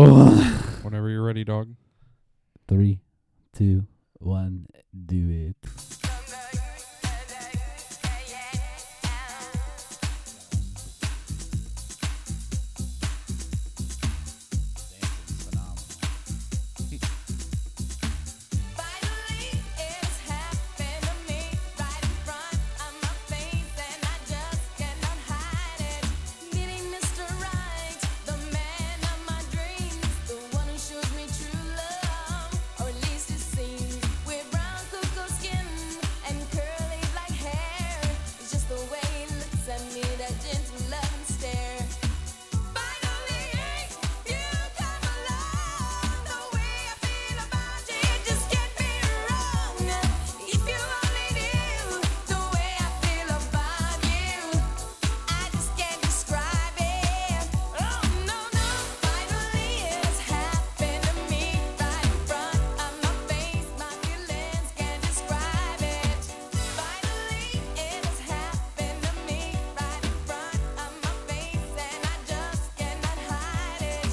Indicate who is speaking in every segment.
Speaker 1: Oh,
Speaker 2: Whenever you're ready, dog.
Speaker 3: Three, two, one, do it.
Speaker 4: Finally, it's happened to me right in front of my face, and I just cannot hide it. Meeting Mr. Right, the man of my dreams, the one who shows me true love, or at least it seems. With brown cocoa skin and curly black hair, it's just the way he looks at me, that gentle loving stare. Finally, you come along. The way I feel about you, just can't be wrong. If you only knew the way I feel about you, I just can't describe it. Oh no no, finally it's happened to me right in front of my face. My feelings can't describe it. Finally, it's happened to me right in front of my face, and I just cannot hide it.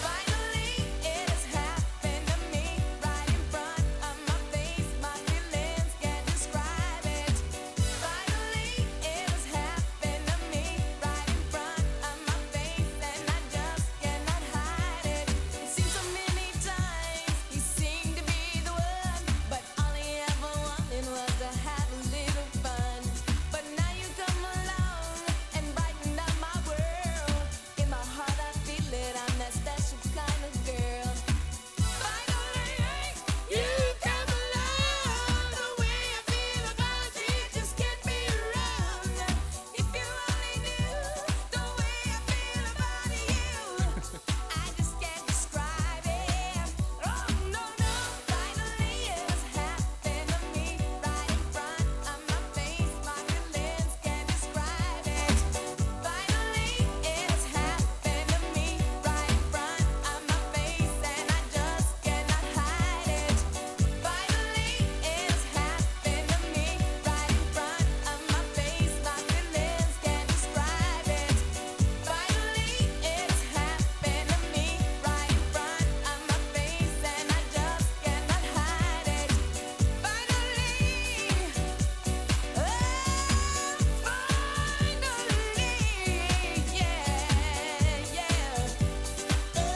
Speaker 4: Finally, it's happened to me right in front of my face. My feelings can't describe it. Finally, it's happened to me right in front of my face, and I just cannot hide it. It seems so many times you seem to be the one, but all he ever wanted was to have a little fun. But now you come along and brighten up my world. In my heart, I feel it. I'm that special kind of girl. Finally, you come along. The way I feel about you just can't be wrong. If you only knew the way I feel about you. I just can't describe it. Oh no no, finally it's happened to me right in front of my face. My feelings can't describe it. Finally it's happened to me right in front of my face, and I just cannot hide it. Finally it's happened to me right in front of my face. My feelings can't describe it. Finally it's happened to me right in front of my face, and I just cannot hide it. Finally, yeah, yeah.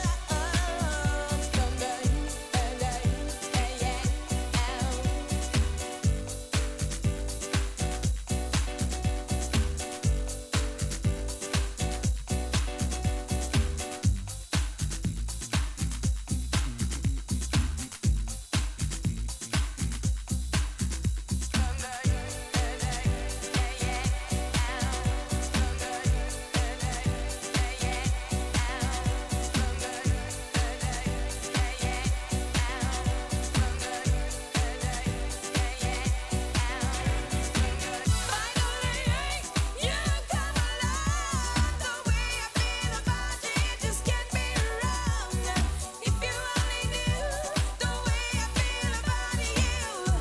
Speaker 4: Finally, you come along. The way I feel about you just can't be wrong. If you only knew the way I feel about you,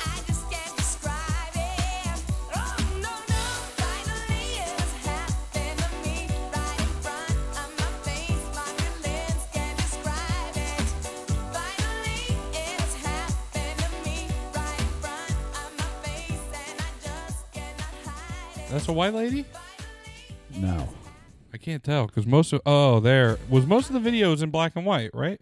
Speaker 4: I just can't describe it. Oh no no, finally it's happened to me right in front of my face. My feelings can't describe it. Finally, it's happened to me right in front of my face, and I just cannot hide it.
Speaker 2: That's a white lady?
Speaker 3: No.
Speaker 2: I can't tell because most of oh there was most of the videos in black and white, right?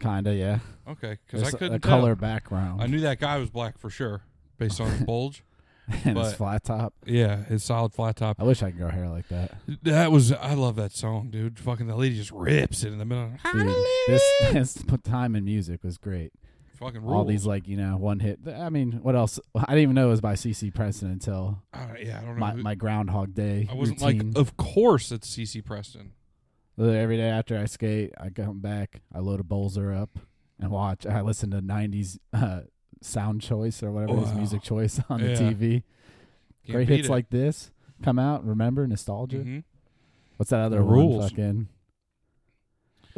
Speaker 3: Kinda, yeah.
Speaker 2: Okay, because I
Speaker 3: It's
Speaker 2: couldn't
Speaker 3: a
Speaker 2: tell.
Speaker 3: color background
Speaker 2: I knew that guy was black for sure, based on his bulge.
Speaker 3: and it's
Speaker 2: but-
Speaker 3: flat top.
Speaker 2: Yeah, his solid flat top.
Speaker 3: I wish I could grow hair like that.
Speaker 2: That was I love that song, dude. Fucking that lady just rips it in the middle.
Speaker 3: Dude, this this p- time in music was great.
Speaker 2: Fucking
Speaker 3: All
Speaker 2: rules.
Speaker 3: these like you know one hit. I mean, what else? I didn't even know it was by CC Preston until
Speaker 2: I don't- Uh, yeah, I don't know.
Speaker 3: my,
Speaker 2: who-
Speaker 3: my Groundhog Day.
Speaker 2: I wasn't
Speaker 3: routine.
Speaker 2: like, of course it's CC Preston.
Speaker 3: Literally every day after I skate, I come back, I load a Bolzer up and watch. I listen to '90s uh, sound choice or whatever it is,
Speaker 2: Wow.
Speaker 3: music choice on
Speaker 2: Yeah.
Speaker 3: the TV.
Speaker 2: Can't
Speaker 3: Great
Speaker 2: beat
Speaker 3: hits
Speaker 2: it.
Speaker 3: like this come out. Remember nostalgia.
Speaker 2: Mhm.
Speaker 3: What's that other
Speaker 2: The
Speaker 3: one?
Speaker 2: rules.
Speaker 3: Fucking.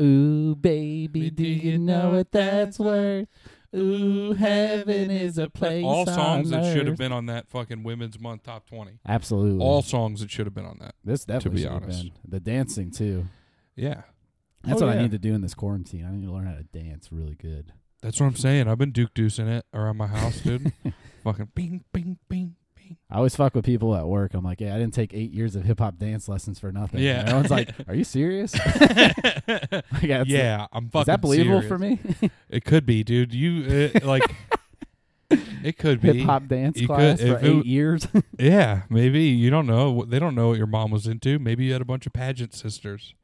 Speaker 3: Ooh, baby, do you know what that's worth? Ooh, heaven is a place.
Speaker 2: all songs
Speaker 3: on
Speaker 2: that should have
Speaker 3: earth.
Speaker 2: been on that fucking Women's Month top twenty.
Speaker 3: Absolutely.
Speaker 2: All songs that should have been on that.
Speaker 3: this definitely
Speaker 2: be
Speaker 3: should have
Speaker 2: honest.
Speaker 3: been. The dancing too.
Speaker 2: Yeah,
Speaker 3: That's
Speaker 2: Oh,
Speaker 3: what I
Speaker 2: yeah.
Speaker 3: need to do in this quarantine. I need to learn how to dance really good.
Speaker 2: That's what I'm saying. I've been Duke Deucing it around my house, dude. Fucking bing, bing, bing, bing.
Speaker 3: I always fuck with people at work. I'm like, yeah, I didn't take eight years of hip hop dance lessons for nothing.
Speaker 2: Yeah.
Speaker 3: And everyone's like, are you serious? like, that's-
Speaker 2: yeah, I'm fucking.
Speaker 3: is that believable
Speaker 2: serious.
Speaker 3: for me?
Speaker 2: It could be, dude. You uh, like? it could be
Speaker 3: hip hop dance
Speaker 2: You
Speaker 3: class
Speaker 2: could-
Speaker 3: for
Speaker 2: if it
Speaker 3: eight
Speaker 2: w-
Speaker 3: years.
Speaker 2: Yeah, maybe you don't know. What- They don't know what your mom was into. Maybe you had a bunch of pageant sisters,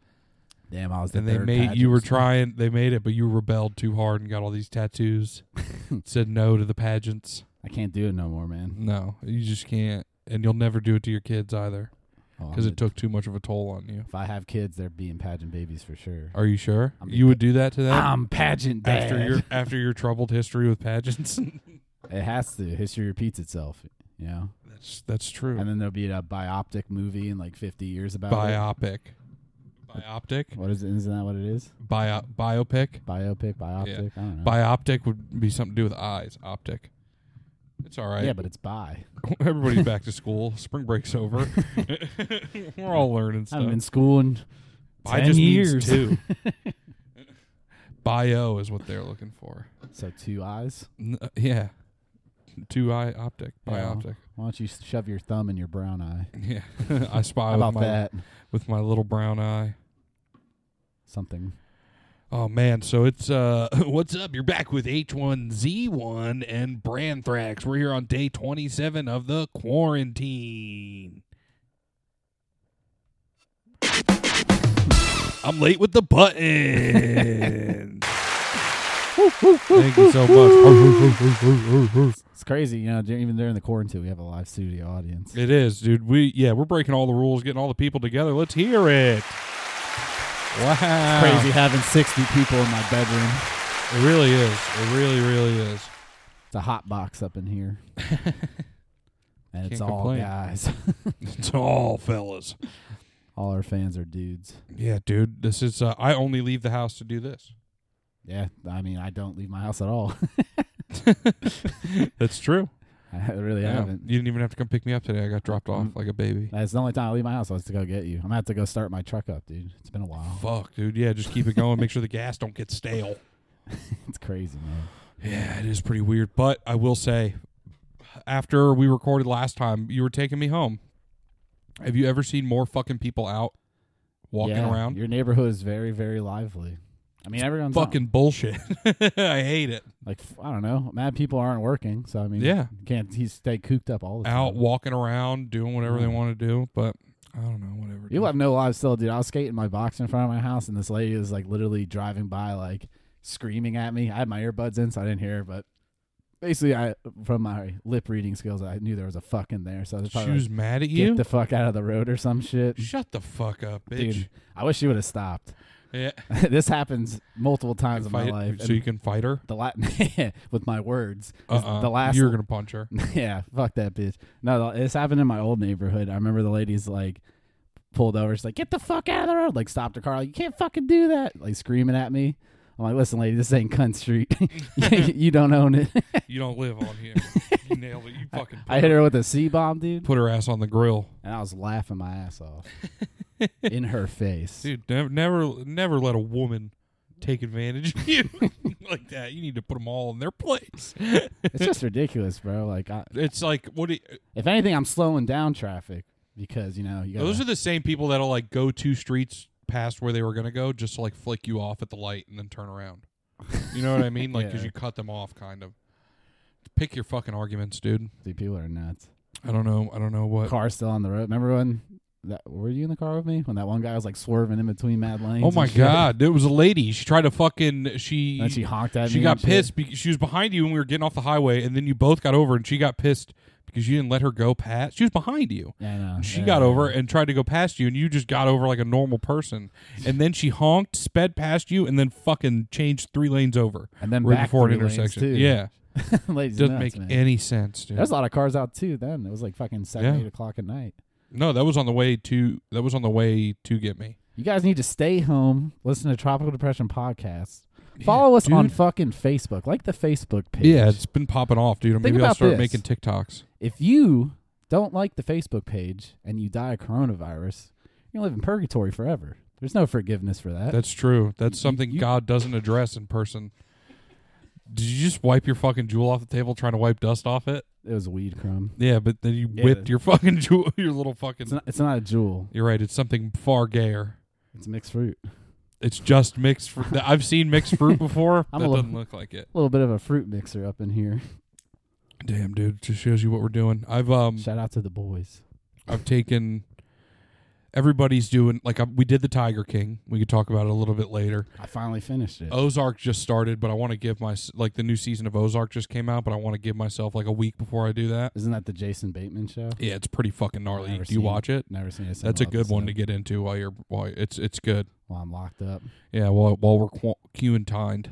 Speaker 3: Damn, I was. The
Speaker 2: and they
Speaker 3: third
Speaker 2: made you were
Speaker 3: pageant.
Speaker 2: trying. They made it, but you rebelled too hard and got all these tattoos. said no to the pageants.
Speaker 3: I can't do it no more, man.
Speaker 2: No, you just can't, and you'll never do it to your kids either
Speaker 3: Oh, I'm
Speaker 2: because
Speaker 3: a-
Speaker 2: it took too much of a toll on you.
Speaker 3: If I have kids, they're being pageant babies for sure.
Speaker 2: Are you sure
Speaker 3: I'm
Speaker 2: you would do that to them
Speaker 3: I'm pageant dad.
Speaker 2: after your after your troubled history with pageants?
Speaker 3: It has to. History repeats itself. You know.
Speaker 2: that's that's true.
Speaker 3: And then there'll be a biopic movie in like 50 years about it.
Speaker 2: Biopic, bioptic,
Speaker 3: What is it? Isn't that what it is?
Speaker 2: bio biopic.
Speaker 3: Biopic, biopic. I don't know.
Speaker 2: Bioptic would be something to do with eyes. Optic. It's all right.
Speaker 3: Yeah, but it's bi.
Speaker 2: everybody's back to school. Spring break's over. We're all
Speaker 3: I haven't
Speaker 2: learning stuff.
Speaker 3: been in school in
Speaker 2: Bi
Speaker 3: 10
Speaker 2: just means
Speaker 3: years.
Speaker 2: two. Bio is what they're looking for.
Speaker 3: so two eyes.
Speaker 2: N- uh, yeah, two eye optic.
Speaker 3: Yeah.
Speaker 2: Bioptic.
Speaker 3: Why don't you s- shove your thumb in your brown eye?
Speaker 2: Yeah, I spy
Speaker 3: How
Speaker 2: with
Speaker 3: about
Speaker 2: my
Speaker 3: that?
Speaker 2: with my little brown eye.
Speaker 3: Something.
Speaker 2: Oh man, so it's uh what's up? You're back with H1Z1 and Branthrax. We're here on day 27 of the quarantine. I'm late with the button. Thank you so much.
Speaker 3: It's crazy, you know. dur- Even during the quarantine, we have a live studio audience.
Speaker 2: It is, dude. We yeah, we're breaking all the rules, getting all the people together. Let's hear it. Wow.
Speaker 3: Crazy having 60 people in my bedroom.
Speaker 2: It really is. It really really is.
Speaker 3: It's a hot box up in here, and it's
Speaker 2: Can't
Speaker 3: all
Speaker 2: complain.
Speaker 3: guys.
Speaker 2: It's all fellas.
Speaker 3: all our fans are dudes.
Speaker 2: Yeah, dude. This is. Uh, I only leave the house to do this.
Speaker 3: Yeah, I mean, I don't leave my house at all.
Speaker 2: That's true.
Speaker 3: I really haven't.
Speaker 2: You didn't even have to come pick me up today. I got dropped
Speaker 3: Mm.
Speaker 2: off like a baby.
Speaker 3: That's the only time I leave my house. was to go get you. I'm gonna have to go start my truck up, dude. It's been a while.
Speaker 2: Fuck, dude. Yeah, just keep it going. Make sure the gas don't get stale.
Speaker 3: It's crazy, man.
Speaker 2: Yeah, it is pretty weird. But I will say, after we recorded last time, you were taking me home. Have you ever seen more fucking people out walking
Speaker 3: Yeah,
Speaker 2: around?
Speaker 3: Your neighborhood is very, very lively. I mean, everyone's out.
Speaker 2: fucking bullshit. I hate it.
Speaker 3: like f- I don't know. Mad people aren't working, so I mean,
Speaker 2: Yeah.
Speaker 3: you can't he stay cooped up all the
Speaker 2: Out
Speaker 3: time?
Speaker 2: walking around, doing whatever they want to do. But I don't know. Whatever.
Speaker 3: Mm. You
Speaker 2: dude.
Speaker 3: have no life still, dude. I was skating my box in front of my house, and this lady was like literally driving by, like screaming at me. I had my earbuds in, so I didn't hear, her, but basically, I from my lip reading skills, I knew there was a fuck in there, so I was
Speaker 2: She
Speaker 3: probably like,
Speaker 2: was mad at
Speaker 3: get
Speaker 2: you.
Speaker 3: the fuck out of the road or some shit.
Speaker 2: Shut the fuck up, bitch.
Speaker 3: Dude, I wish you would have stopped.
Speaker 2: Yeah.
Speaker 3: this happens multiple times in my
Speaker 2: Fight-
Speaker 3: life.
Speaker 2: So
Speaker 3: and
Speaker 2: you can fight her?
Speaker 3: the la- with my words, is
Speaker 2: Uh-uh.
Speaker 3: the last
Speaker 2: You're going to punch her.
Speaker 3: yeah, fuck that bitch. No, th- this happened in my old neighborhood. I remember the ladies like pulled over. She's like, "Get the fuck out of the road!" Like stopped her car. Like, you can't fucking do that. Like screaming at me. I'm like, "Listen, lady, this ain't cunt street. you don't own it."
Speaker 2: You don't live on here. you nailed it. You fucking
Speaker 3: I hit her with a C bomb, dude,
Speaker 2: put her ass on the grill.
Speaker 3: and I was laughing my ass off in her face.
Speaker 2: Dude, never, never, never let a woman take advantage of you like that. You need to put them all in their place.
Speaker 3: It's just ridiculous, bro. Like, I,
Speaker 2: It's like, what do you,
Speaker 3: if anything, I'm slowing down traffic because you know you got.
Speaker 2: those are the same people that'll like go two streets past where they were going to go just to like flick you off at the light and then turn around. You know what I mean? Like, because
Speaker 3: Yeah.
Speaker 2: you cut them off, kind of. Pick your fucking arguments, dude.
Speaker 3: people are nuts.
Speaker 2: I don't know. I don't know what.
Speaker 3: car still on the road. Remember when that were you in the car with me when that one guy was like swerving in between mad lanes?
Speaker 2: Oh
Speaker 3: and
Speaker 2: my
Speaker 3: shit?
Speaker 2: god, it was a lady. She tried to fucking she
Speaker 3: And she honked at
Speaker 2: she
Speaker 3: me.
Speaker 2: got
Speaker 3: and shit.
Speaker 2: pissed because she was behind you when we were getting off the highway and then you both got over and she got pissed because you didn't let her go past. She was behind you.
Speaker 3: Yeah, I know.
Speaker 2: And she
Speaker 3: Oh, Yeah.
Speaker 2: got over and tried to go past you and you just got over like a normal person. And then she honked, sped past you and then fucking changed 3 lanes over
Speaker 3: and then
Speaker 2: right
Speaker 3: back
Speaker 2: before an
Speaker 3: three lanes,
Speaker 2: intersection.
Speaker 3: Too.
Speaker 2: Yeah.
Speaker 3: Ladies
Speaker 2: Doesn't
Speaker 3: nuts,
Speaker 2: make
Speaker 3: man.
Speaker 2: any sense, dude.
Speaker 3: There's a lot of cars out too. Then it was like fucking seven,
Speaker 2: Yeah.
Speaker 3: eight o'clock at night.
Speaker 2: no, that was on the way to that was on the way to get me.
Speaker 3: You guys need to stay home, listen to Tropical Depression podcast, follow us on
Speaker 2: dude.
Speaker 3: fucking Facebook, like the Facebook page.
Speaker 2: Yeah, it's been popping off, dude. Maybe I'll
Speaker 3: about
Speaker 2: start
Speaker 3: this.
Speaker 2: making TikToks.
Speaker 3: if you don't like the Facebook page and you die of coronavirus, you're gonna live in purgatory forever. There's no forgiveness for that.
Speaker 2: That's true. That's something
Speaker 3: you-
Speaker 2: God doesn't address in person. Did you just wipe your fucking jewel off the table trying to wipe dust off it?
Speaker 3: It was a weed crumb.
Speaker 2: Yeah, but then you
Speaker 3: Yeah,
Speaker 2: whipped
Speaker 3: that-
Speaker 2: your fucking jewel, your little fucking.
Speaker 3: It's not, it's not a jewel.
Speaker 2: you're right. It's something far gayer.
Speaker 3: It's mixed fruit. A
Speaker 2: It's just mixed fruit. I've seen mixed fruit before.
Speaker 3: I'm
Speaker 2: that
Speaker 3: a little-
Speaker 2: doesn't look like it.
Speaker 3: little bit of a fruit mixer up in here.
Speaker 2: Damn, dude. Just shows you what we're doing. I've um,
Speaker 3: Shout out to the boys.
Speaker 2: I've taken. Everybody's doing like I, we did the Tiger King. We could talk about it a little bit later.
Speaker 3: I finally finished it.
Speaker 2: Ozark just started, but I want to give my like the new season of Ozark just came out, but I want to give myself like a week before I do that.
Speaker 3: Isn't that the Jason Bateman show?
Speaker 2: Yeah, it's pretty fucking gnarly.
Speaker 3: Never
Speaker 2: Do you
Speaker 3: seen
Speaker 2: watch it?
Speaker 3: Never seen a single
Speaker 2: That's a good one to
Speaker 3: episode
Speaker 2: get into while you're while it's it's good.
Speaker 3: While I'm locked up,
Speaker 2: Yeah, while while we're qu- queuing tined.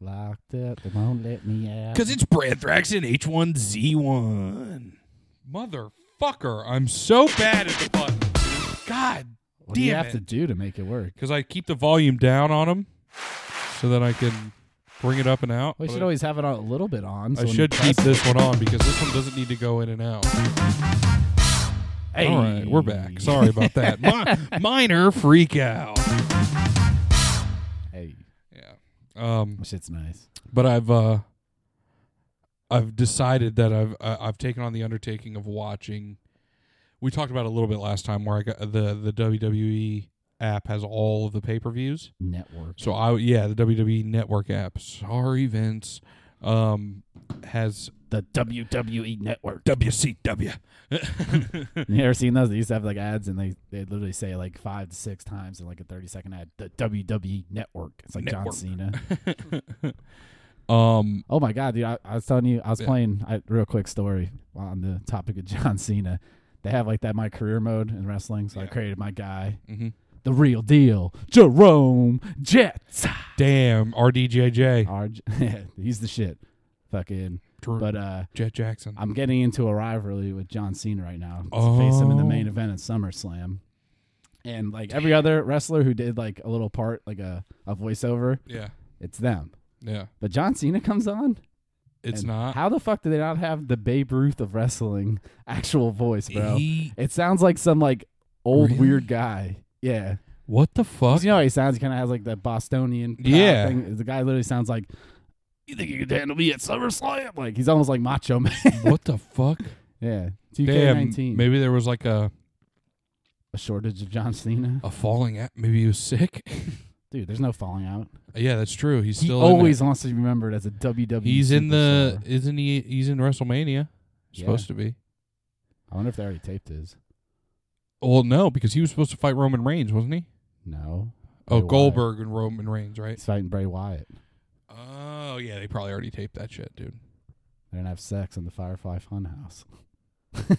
Speaker 3: locked up, they won't let me out.
Speaker 2: Because it's Branthrax and H1Z1. Motherfucker, I'm so bad at the button. God
Speaker 3: what do you
Speaker 2: damn
Speaker 3: have
Speaker 2: it.
Speaker 3: to do to make it work?
Speaker 2: Because I keep the volume down on them so that I can bring it up and out.
Speaker 3: We
Speaker 2: but
Speaker 3: should
Speaker 2: I-
Speaker 3: always have it a little bit on. So
Speaker 2: I
Speaker 3: when you
Speaker 2: should
Speaker 3: press
Speaker 2: keep this one on because this one doesn't need to go in and out.
Speaker 3: Hey.
Speaker 2: All right, we're back. Sorry about that. Mi- minor freak out.
Speaker 3: Hey,
Speaker 2: Yeah. Um,
Speaker 3: my shit's nice.
Speaker 2: but I've uh, I've decided that I've uh, I've taken on the undertaking of watching. We talked about it a little bit last time where I got the the WWE app has all of the pay per views.
Speaker 3: Network.
Speaker 2: So I yeah the WWE Network app. Sorry, Vince. Um, has
Speaker 3: The WWE Network.
Speaker 2: WCW.
Speaker 3: You ever seen those? They used to have like ads, and they they literally say like five to six times in like a thirty second ad. The WWE Network. It's like John
Speaker 2: Network.
Speaker 3: Cena.
Speaker 2: um,
Speaker 3: Oh my god, dude! I, I was telling you, I was
Speaker 2: Yeah.
Speaker 3: playing. I, real quick story on the topic of John Cena. They have like that my career mode in wrestling, so I
Speaker 2: Yeah.
Speaker 3: created my guy,
Speaker 2: Mhm.
Speaker 3: the real deal, Jerome Jets.
Speaker 2: Damn, RDJJ.
Speaker 3: RJ, yeah, he's the shit. Fucking. But uh,
Speaker 2: Jet Jackson.
Speaker 3: I'm getting into a rivalry with John Cena right now. To face him in the
Speaker 2: Oh.
Speaker 3: main event at SummerSlam. And like every other wrestler who did like a little part, like a, a voiceover,
Speaker 2: yeah,
Speaker 3: it's them.
Speaker 2: yeah.
Speaker 3: But John Cena comes on.
Speaker 2: It's
Speaker 3: and
Speaker 2: not.
Speaker 3: How the fuck do they not have the Babe Ruth of wrestling actual voice, bro?
Speaker 2: He-
Speaker 3: it sounds like some like old
Speaker 2: Really?
Speaker 3: weird guy. Yeah.
Speaker 2: what the
Speaker 3: 'Cause
Speaker 2: fuck?
Speaker 3: You know how he sounds? He kind of has like that Bostonian. pow
Speaker 2: Yeah.
Speaker 3: Thing. The guy literally sounds like, you think you can handle me at SummerSlam? Like he's almost like Macho Man.
Speaker 2: what the fuck?
Speaker 3: yeah.
Speaker 2: Damn.
Speaker 3: 2K19.
Speaker 2: Maybe there was like a
Speaker 3: a shortage of John Cena.
Speaker 2: a falling out. Maybe he was sick.
Speaker 3: Dude, there's no falling out.
Speaker 2: yeah, that's true. He's
Speaker 3: He
Speaker 2: still
Speaker 3: always wants to be remembered as a WWE.
Speaker 2: In it. He's in the.
Speaker 3: superstar.
Speaker 2: Isn't he? He's in WrestleMania. Supposed to be.
Speaker 3: I wonder if they already taped his.
Speaker 2: Well, no, because he was supposed to fight Roman Reigns, wasn't he?
Speaker 3: No.
Speaker 2: Oh,
Speaker 3: Bray Wyatt.
Speaker 2: Goldberg and Roman Reigns, right?
Speaker 3: He's fighting Bray Wyatt.
Speaker 2: Oh, yeah. They probably already taped that shit, dude.
Speaker 3: They're gonna have sex in the Firefly Funhouse.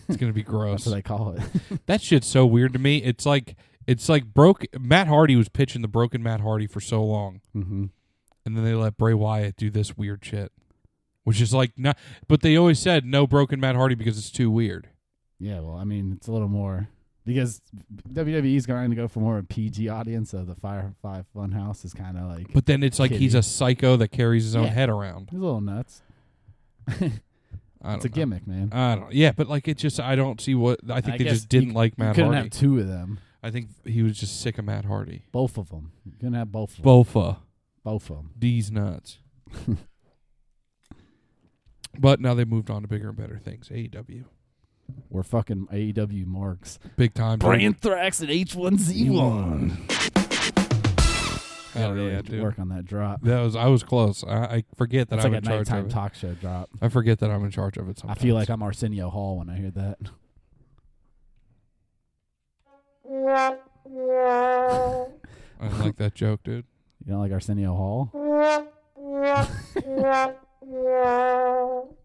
Speaker 2: It's gonna be gross.
Speaker 3: That's what they call it.
Speaker 2: That shit's so weird to me. It's like it's like broke Matt Hardy was pitching the broken Matt Hardy for so long,
Speaker 3: mm-hmm.
Speaker 2: and then they let Bray Wyatt do this weird shit, which is like not. But they always said no broken Matt Hardy because it's too weird.
Speaker 3: Yeah, well, I mean, it's a little more because WWE's going to go for more of a PG audience, so the Firefly Funhouse is kind of like
Speaker 2: But then it's like he's
Speaker 3: Kitty.
Speaker 2: a psycho that carries his own
Speaker 3: Yeah.
Speaker 2: head around.
Speaker 3: he's a little nuts.
Speaker 2: I don't
Speaker 3: It's a
Speaker 2: know.
Speaker 3: gimmick, man.
Speaker 2: I don't. Yeah, but like it just I don't see what I think
Speaker 3: I
Speaker 2: they
Speaker 3: guess
Speaker 2: just didn't
Speaker 3: you-
Speaker 2: like
Speaker 3: you
Speaker 2: Matt
Speaker 3: couldn't
Speaker 2: Hardy.
Speaker 3: have two of them,
Speaker 2: I think he was just sick of Matt Hardy.
Speaker 3: both of them. You couldn't have both, of them.
Speaker 2: Bofa.
Speaker 3: both of them.
Speaker 2: These nuts. but now they moved on to bigger and better things. E AEW.
Speaker 3: We're fucking AEW marks.
Speaker 2: Big time. dude.
Speaker 3: Thrax and H1Z1.
Speaker 2: Hell
Speaker 3: Gotta really
Speaker 2: yeah, dude.
Speaker 3: work on that drop.
Speaker 2: That was I was close. I, I forget that
Speaker 3: That's
Speaker 2: I'm
Speaker 3: like a
Speaker 2: in charge of
Speaker 3: nighttime
Speaker 2: it.
Speaker 3: talk show drop.
Speaker 2: I forget that I'm in charge of it.
Speaker 3: I
Speaker 2: Sometimes.
Speaker 3: feel like I'm Arsenio Hall when I hear that.
Speaker 2: I don't like that joke, dude.
Speaker 3: You know, like Arsenio Hall.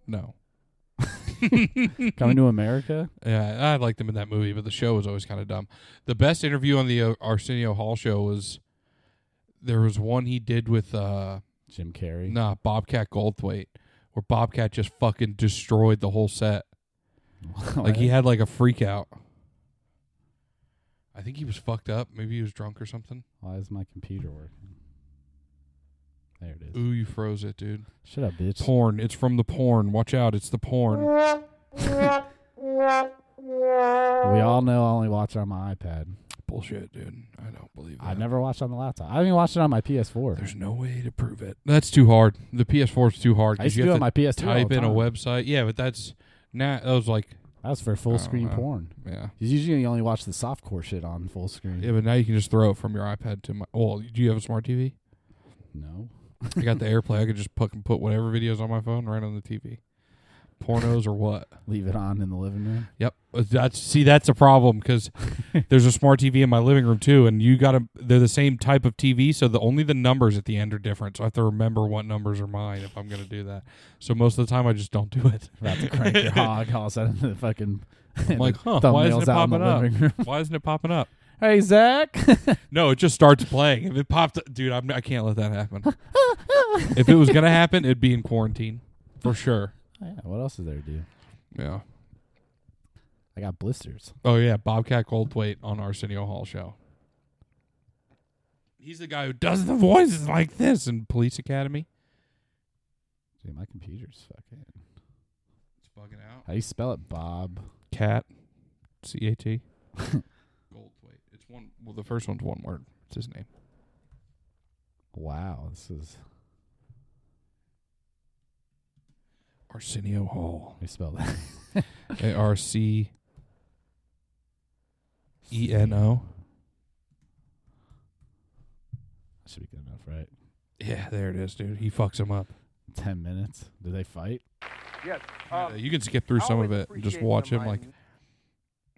Speaker 2: No.
Speaker 3: Coming to America.
Speaker 2: Yeah, I liked him in that movie, but the show was always kind of dumb. The best interview on the uh, Arsenio Hall show was there was one he did with uh
Speaker 3: Jim Carrey.
Speaker 2: nah Bobcat Goldthwait, where Bobcat just fucking destroyed the whole set. Like he had like a freak out. I think he was fucked up. Maybe he was drunk or something.
Speaker 3: Why is my computer working? There it is.
Speaker 2: Ooh, you froze it, dude.
Speaker 3: Shut up, bitch.
Speaker 2: Porn. It's from the porn. Watch out. It's the porn.
Speaker 3: We all know I only watch it on my iPad.
Speaker 2: bullshit, dude. I don't believe that.
Speaker 3: I never watched on the laptop. I even watched it on my PS4.
Speaker 2: There's no way to prove it. That's too hard. The PS4 is too hard
Speaker 3: I used
Speaker 2: because
Speaker 3: to
Speaker 2: you
Speaker 3: do it
Speaker 2: have
Speaker 3: on
Speaker 2: to
Speaker 3: my PS2. all
Speaker 2: type
Speaker 3: the
Speaker 2: in a
Speaker 3: time.
Speaker 2: website. Yeah, but that's now. That was like,
Speaker 3: That was for
Speaker 2: I
Speaker 3: full
Speaker 2: don't
Speaker 3: screen
Speaker 2: know.
Speaker 3: porn.
Speaker 2: yeah,
Speaker 3: Because usually you only watch the softcore shit on full screen.
Speaker 2: yeah. But now you can just throw it from your iPad to my. Well, do you have a smart TV?
Speaker 3: No.
Speaker 2: I got the AirPlay. I could just put put whatever videos on my phone right on the TV, pornos or what.
Speaker 3: Leave it on in the living room.
Speaker 2: Yep. That's see, that's a problem because there's a smart TV in my living room too, and you got to they're the same type of TV, so the only the numbers at the end are different. So I have to remember what numbers are mine if I'm gonna do that. So most of the time, I just don't do it.
Speaker 3: About to crank your hog all of a sudden the fucking
Speaker 2: I'm like, huh? Why isn't
Speaker 3: thumbnails
Speaker 2: it
Speaker 3: out in the
Speaker 2: popping up?
Speaker 3: living room.
Speaker 2: Why isn't it popping up?
Speaker 3: Hey Zach.
Speaker 2: No, it just starts playing. If it popped, dude, I'm, I can't let that happen.
Speaker 3: Oh,
Speaker 2: if it was gonna happen, it'd be in quarantine for sure.
Speaker 3: yeah, what else is there to do?
Speaker 2: Yeah.
Speaker 3: I got blisters.
Speaker 2: Oh yeah, Bobcat Goldthwait on Arsenio Hall show. He's the guy who does the voices like this in Police Academy.
Speaker 3: Dude, my computer's fucking.
Speaker 2: It's bugging out.
Speaker 3: How do you spell it, Bob?
Speaker 2: Cat, C A T. Goldthwait. It's one. Well, the first one's one word. It's his name.
Speaker 3: Wow, this is.
Speaker 2: Arsenio Hall.
Speaker 3: How do you spell that?
Speaker 2: A R C E N O.
Speaker 3: Should be good enough, right?
Speaker 2: Yeah, there it is, dude. He fucks him up.
Speaker 3: Ten minutes. Do they fight?
Speaker 1: Yes.
Speaker 2: Uh, you can skip through some of it and just watch him. Like,
Speaker 3: Dude,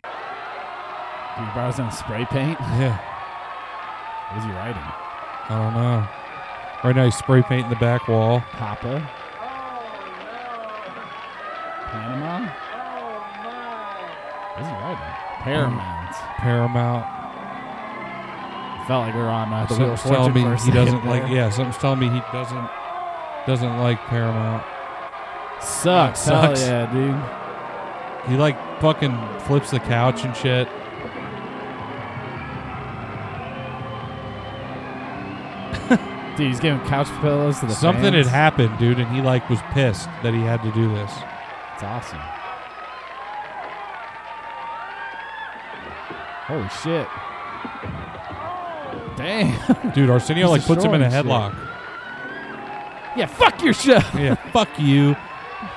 Speaker 3: you brought his own spray paint.
Speaker 2: yeah,
Speaker 3: What is he writing?
Speaker 2: I don't know. Right now he's spray painting the back wall.
Speaker 3: Papa. Panama. What is he writing? Paramount.
Speaker 2: Paramount.
Speaker 3: It felt like we were on uh, the Wheel of
Speaker 2: Something's telling
Speaker 3: Fortune
Speaker 2: me
Speaker 3: for a
Speaker 2: he doesn't
Speaker 3: second
Speaker 2: like.
Speaker 3: there.
Speaker 2: Yeah, something's telling me he doesn't doesn't like Paramount.
Speaker 3: Sucks.
Speaker 2: That
Speaker 3: Hell
Speaker 2: sucks.
Speaker 3: yeah, dude.
Speaker 2: He like fucking flips the couch and shit.
Speaker 3: Dude, he's giving couch pillows to the
Speaker 2: Something
Speaker 3: fans.
Speaker 2: had happened, dude, and he like was pissed that he had to do this.
Speaker 3: It's awesome. Holy shit. Damn.
Speaker 2: Dude, Arsenio
Speaker 3: He's
Speaker 2: like puts him in a
Speaker 3: destroying
Speaker 2: headlock.
Speaker 3: yeah, fuck your show.
Speaker 2: Yeah, fuck you,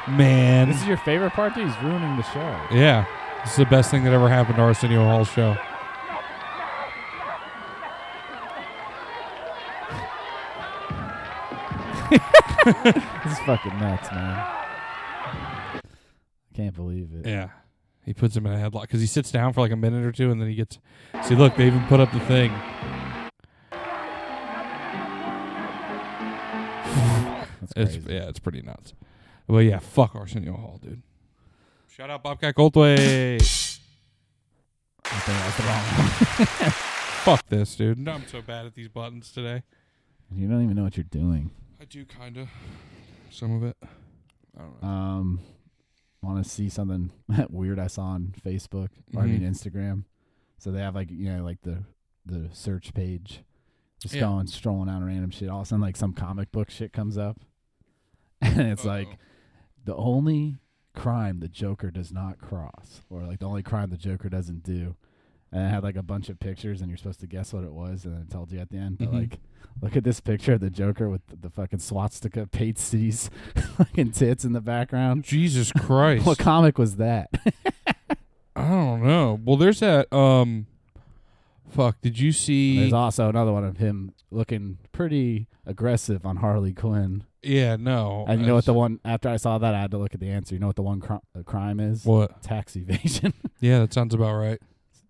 Speaker 2: man.
Speaker 3: This is your favorite part, dude? He's ruining the show.
Speaker 2: Yeah, this is the best thing that ever happened to Arsenio Hall's show.
Speaker 3: This is fucking nuts, man. Can't believe it.
Speaker 2: Yeah. He puts him in a headlock because he sits down for like a minute or two and then he gets. See, look, they even put up the thing.
Speaker 3: That's
Speaker 2: It's,
Speaker 3: crazy.
Speaker 2: yeah, it's pretty nuts. But yeah, fuck Arsenio Hall, dude. Shout out Bobcat Goldthwait.
Speaker 3: I think that's the wrong one.
Speaker 2: fuck this, dude. I'm so bad at these buttons today.
Speaker 3: You don't even know what you're doing.
Speaker 2: I do kind of some of it. I don't know.
Speaker 3: Um, want to see something weird I saw on Facebook or I mean
Speaker 2: Mm-hmm.
Speaker 3: Instagram. So they have like you know like the the search page, just
Speaker 2: Yeah.
Speaker 3: going strolling on random shit. All of a sudden, like some comic book shit comes up, and it's like
Speaker 2: Uh-oh.
Speaker 3: the only crime the Joker does not cross, or like the only crime the Joker doesn't do. And it had like a bunch of pictures, and you're supposed to guess what it was, and it told you at the end. But
Speaker 2: Mhm.
Speaker 3: like, look at this picture of the Joker with the, the fucking swastika paid cities, fucking tits in the background.
Speaker 2: Jesus Christ.
Speaker 3: What comic was that?
Speaker 2: I don't know. Well, there's that. Um, fuck. Did you see?
Speaker 3: There's also another one of him looking pretty aggressive on Harley Quinn.
Speaker 2: yeah, no.
Speaker 3: And you know what the
Speaker 2: That's-
Speaker 3: one after I saw that I had to look at the answer. You know what the one cr- uh, crime is?
Speaker 2: What?
Speaker 3: Tax evasion.
Speaker 2: Yeah, that sounds about right.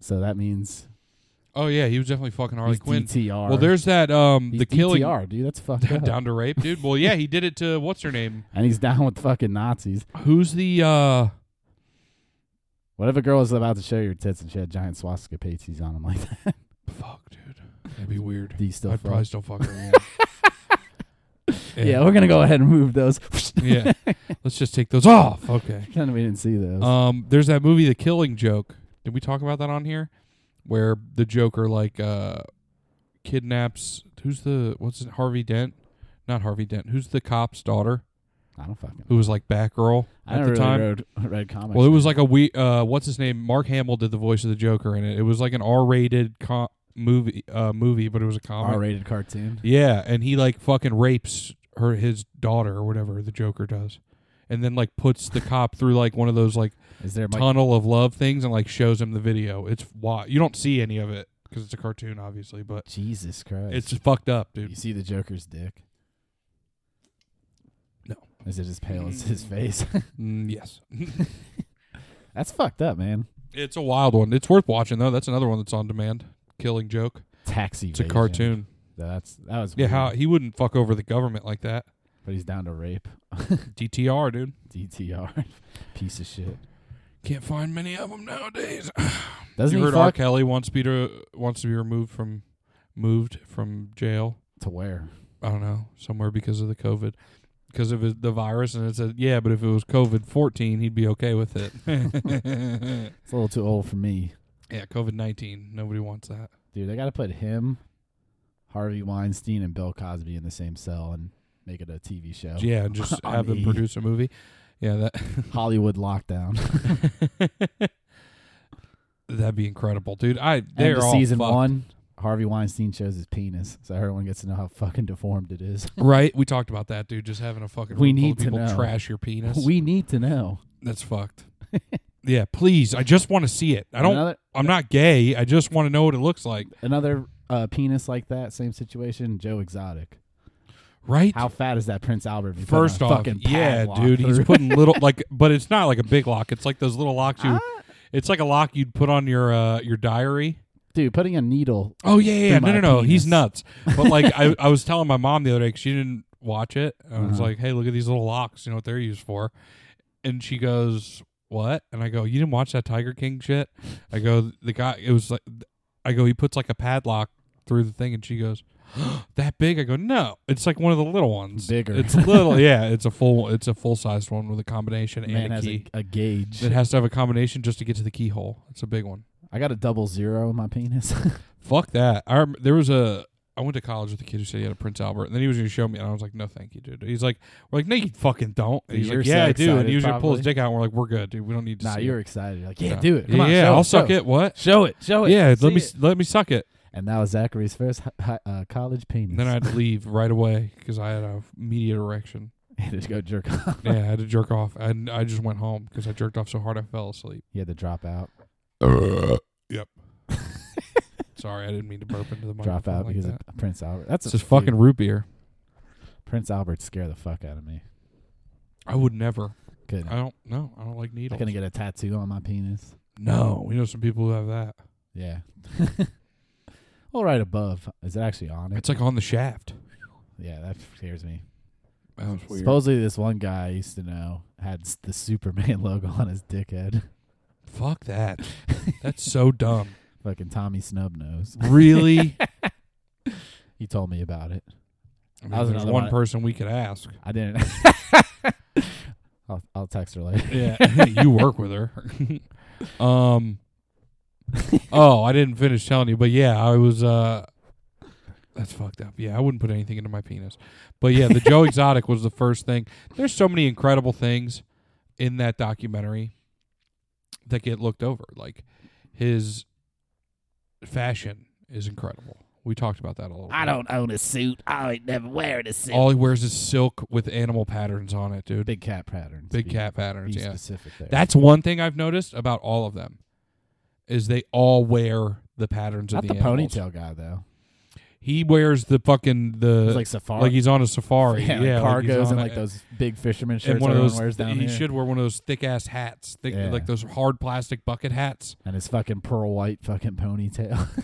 Speaker 3: so that means
Speaker 2: Oh yeah, he was definitely fucking Harley
Speaker 3: he's
Speaker 2: Quinn.
Speaker 3: DTR.
Speaker 2: Well, there's that. Um,
Speaker 3: He's
Speaker 2: the killing
Speaker 3: DTR, dude. That's fucked up.
Speaker 2: down to rape, dude. Well, yeah, he did it to what's her name?
Speaker 3: And he's down with fucking Nazis.
Speaker 2: Who's the? uh
Speaker 3: What if a girl was about to show your tits and she had giant swastika pasties on them like that?
Speaker 2: Fuck, dude. That'd be weird.
Speaker 3: Do you still
Speaker 2: I'd
Speaker 3: fuck?
Speaker 2: probably still fuck her again.
Speaker 3: yeah. we're gonna go ahead and move those.
Speaker 2: yeah. Let's just take those off. Okay.
Speaker 3: Kind of we didn't see those.
Speaker 2: Um, there's that movie, The Killing Joke. Did we talk about that on here? Where the Joker like uh kidnaps who's the what's it Harvey Dent? Not Harvey Dent. Who's the cop's daughter?
Speaker 3: I don't fucking.
Speaker 2: who was like Batgirl
Speaker 3: I
Speaker 2: at
Speaker 3: never
Speaker 2: the
Speaker 3: really
Speaker 2: time.
Speaker 3: read, read comics.
Speaker 2: Well, it was like a we. Uh, what's his name? Mark Hamill did the voice of the Joker in it. It was like an R-rated co- movie, uh, movie, but it was a comic.
Speaker 3: R-rated cartoon.
Speaker 2: Yeah, and he like fucking rapes her, his daughter or whatever the Joker does, and then like puts the cop through like one of those like
Speaker 3: Is there Mike?
Speaker 2: tunnel of love things and like shows him the video. It's why you don't see any of it because it's a cartoon, obviously, but
Speaker 3: Jesus Christ!
Speaker 2: it's just fucked up,
Speaker 3: you
Speaker 2: dude.
Speaker 3: see the Joker's dick.
Speaker 2: No.
Speaker 3: Is it as pale as his face?
Speaker 2: Mm, yes,
Speaker 3: That's fucked up, man.
Speaker 2: it's a wild one. It's worth watching though. That's another one that's on demand. Killing Joke.
Speaker 3: Taxi.
Speaker 2: It's a
Speaker 3: Evasion.
Speaker 2: cartoon.
Speaker 3: That's that was
Speaker 2: Yeah,
Speaker 3: weird,
Speaker 2: how he wouldn't fuck over the government like that.
Speaker 3: but he's down to rape.
Speaker 2: DTR, dude.
Speaker 3: DTR, piece of shit.
Speaker 2: Can't find many of them nowadays.
Speaker 3: Doesn't
Speaker 2: you
Speaker 3: he
Speaker 2: heard R.
Speaker 3: fuck
Speaker 2: Kelly wants to be to, wants to be removed from moved from jail.
Speaker 3: to where?
Speaker 2: I don't know somewhere because of the COVID, because of his, the virus, and it said yeah, but if it was COVID fourteen, he'd be okay with it.
Speaker 3: It's a little too old for me,
Speaker 2: yeah, COVID nineteen. Nobody wants that.
Speaker 3: dude. They got to put him, Harvey Weinstein, and Bill Cosby in the same cell and make it a TV show.
Speaker 2: Yeah, just
Speaker 3: On
Speaker 2: have them
Speaker 3: E.
Speaker 2: produce a movie. Yeah, that
Speaker 3: Hollywood lockdown.
Speaker 2: that'd be incredible, dude. I
Speaker 3: End
Speaker 2: they're
Speaker 3: of
Speaker 2: all
Speaker 3: season
Speaker 2: fucked.
Speaker 3: one. Harvey Weinstein shows his penis, so everyone gets to know how fucking deformed it is.
Speaker 2: right? We talked about that, dude. Just having a fucking
Speaker 3: We
Speaker 2: room full
Speaker 3: need
Speaker 2: of
Speaker 3: to
Speaker 2: people
Speaker 3: know.
Speaker 2: trash your penis.
Speaker 3: we need to know.
Speaker 2: That's fucked. yeah, please. I just want to see it. I don't.
Speaker 3: another
Speaker 2: I'm not gay. I just want to know what it looks like.
Speaker 3: another uh, penis like that. Same situation. Joe Exotic.
Speaker 2: Right?
Speaker 3: How fat is that Prince Albert? If you put him
Speaker 2: First
Speaker 3: on a
Speaker 2: off,
Speaker 3: fucking
Speaker 2: yeah,
Speaker 3: padlock
Speaker 2: dude, he's
Speaker 3: through-
Speaker 2: putting little like, but it's not like a big lock. It's like those little locks
Speaker 3: Uh,
Speaker 2: you. It's like a lock you'd put on your uh, your diary.
Speaker 3: dude putting a needle.
Speaker 2: Oh yeah, yeah, yeah.
Speaker 3: Through
Speaker 2: no, no,
Speaker 3: my
Speaker 2: no. He's
Speaker 3: penis.
Speaker 2: nuts. But like, I, I was telling my mom the other day 'cause she didn't watch it. I was
Speaker 3: Uh-huh.
Speaker 2: like, hey, look at these little locks. You know what they're used for? And she goes, what? And I go, you didn't watch that Tiger King shit? I go, the guy. It was like, I go, he puts like a padlock through the thing, and she goes. That big? I go no. It's like one of the little ones.
Speaker 3: Bigger.
Speaker 2: It's little. Yeah. It's a full. It's a full sized one with a combination
Speaker 3: Man
Speaker 2: and a
Speaker 3: has
Speaker 2: key.
Speaker 3: a, a gauge.
Speaker 2: It has to have a combination just to get to the keyhole. It's a big one.
Speaker 3: I got a double zero in my penis.
Speaker 2: Fuck that. I rem- there was a. I went to college with a kid who said he had a Prince Albert, and then he was going to show me, and I was like, "No, thank you, dude." He's like, "We're like, no, you fucking don't." And he's
Speaker 3: You're
Speaker 2: like,
Speaker 3: so
Speaker 2: "Yeah, I do." And
Speaker 3: excited,
Speaker 2: he was going to pull his
Speaker 3: probably.
Speaker 2: dick out, and we're like, "We're good, dude. We don't need to."
Speaker 3: nah,
Speaker 2: see
Speaker 3: you're
Speaker 2: it.
Speaker 3: excited. You're like,
Speaker 2: Yeah.
Speaker 3: yeah, do it. Come
Speaker 2: yeah,
Speaker 3: on,
Speaker 2: yeah,
Speaker 3: show
Speaker 2: I'll
Speaker 3: it,
Speaker 2: suck
Speaker 3: show
Speaker 2: it. What?
Speaker 3: Show it. Show it.
Speaker 2: yeah, let me
Speaker 3: See
Speaker 2: s
Speaker 3: it.
Speaker 2: let me suck it.
Speaker 3: And that was Zachary's first hi- hi- uh, college penis.
Speaker 2: And then I had to leave right away because I had a immediate erection.
Speaker 3: just go jerk off.
Speaker 2: Yeah, I had to jerk off, and I just went home because I jerked off so hard I fell asleep.
Speaker 3: You had to drop out.
Speaker 2: Yep. Sorry, I didn't mean to burp into the microphone.
Speaker 3: Drop out
Speaker 2: like
Speaker 3: because
Speaker 2: that.
Speaker 3: of Prince Albert. That's
Speaker 2: it's
Speaker 3: a
Speaker 2: just fucking
Speaker 3: dude,
Speaker 2: root beer.
Speaker 3: Prince Albert scare the fuck out of me.
Speaker 2: I would never.
Speaker 3: Good.
Speaker 2: I don't. No, I Oh, don't like
Speaker 3: I'm
Speaker 2: needles.
Speaker 3: gonna get a tattoo on my penis.
Speaker 2: No, we know some people who have that.
Speaker 3: Yeah. well, right above. Is it actually on it?
Speaker 2: It's like on the shaft.
Speaker 3: Yeah, that scares me.
Speaker 2: That was weird.
Speaker 3: Supposedly, this one guy I used to know had s- the Superman logo on his dickhead.
Speaker 2: Fuck that. That's so dumb.
Speaker 3: Fucking Tommy Snubnose.
Speaker 2: Really?
Speaker 3: He told me about it.
Speaker 2: I mean,
Speaker 3: That was
Speaker 2: there's
Speaker 3: another
Speaker 2: one
Speaker 3: one.
Speaker 2: person we could ask.
Speaker 3: I didn't. I'll, I'll text her later.
Speaker 2: Yeah, you work with her. um. Oh, I didn't finish telling you, but yeah, I was. uh That's fucked up. Yeah, I wouldn't put anything into my penis, but yeah, the Joe Exotic was the first thing. There's so many incredible things in that documentary that get looked over. Like his fashion is incredible. We talked about that a little.
Speaker 1: I
Speaker 2: bit.
Speaker 1: don't own a suit. I ain't never wearing a suit.
Speaker 2: All he wears is silk with animal patterns on it, dude.
Speaker 3: Big
Speaker 2: Big,
Speaker 3: cat patterns. be-
Speaker 2: cat
Speaker 3: Be
Speaker 2: patterns. Yeah,
Speaker 3: specific there.
Speaker 2: that's one thing I've noticed about all of them is they all wear the patterns
Speaker 3: not
Speaker 2: of
Speaker 3: the,
Speaker 2: the, animals.
Speaker 3: ponytail guy though.
Speaker 2: He wears the fucking the
Speaker 3: It's like safari.
Speaker 2: like he's on a safari.
Speaker 3: yeah,
Speaker 2: Yeah,
Speaker 3: like
Speaker 2: like he's
Speaker 3: cargos
Speaker 2: on
Speaker 3: and
Speaker 2: a-
Speaker 3: like those big fisherman shirts
Speaker 2: And one of
Speaker 3: everyone
Speaker 2: those
Speaker 3: wears down
Speaker 2: he
Speaker 3: here.
Speaker 2: should wear one of those thick ass hats, thick,
Speaker 3: Yeah.
Speaker 2: like those hard plastic bucket hats.
Speaker 3: and his fucking pearl white fucking ponytail.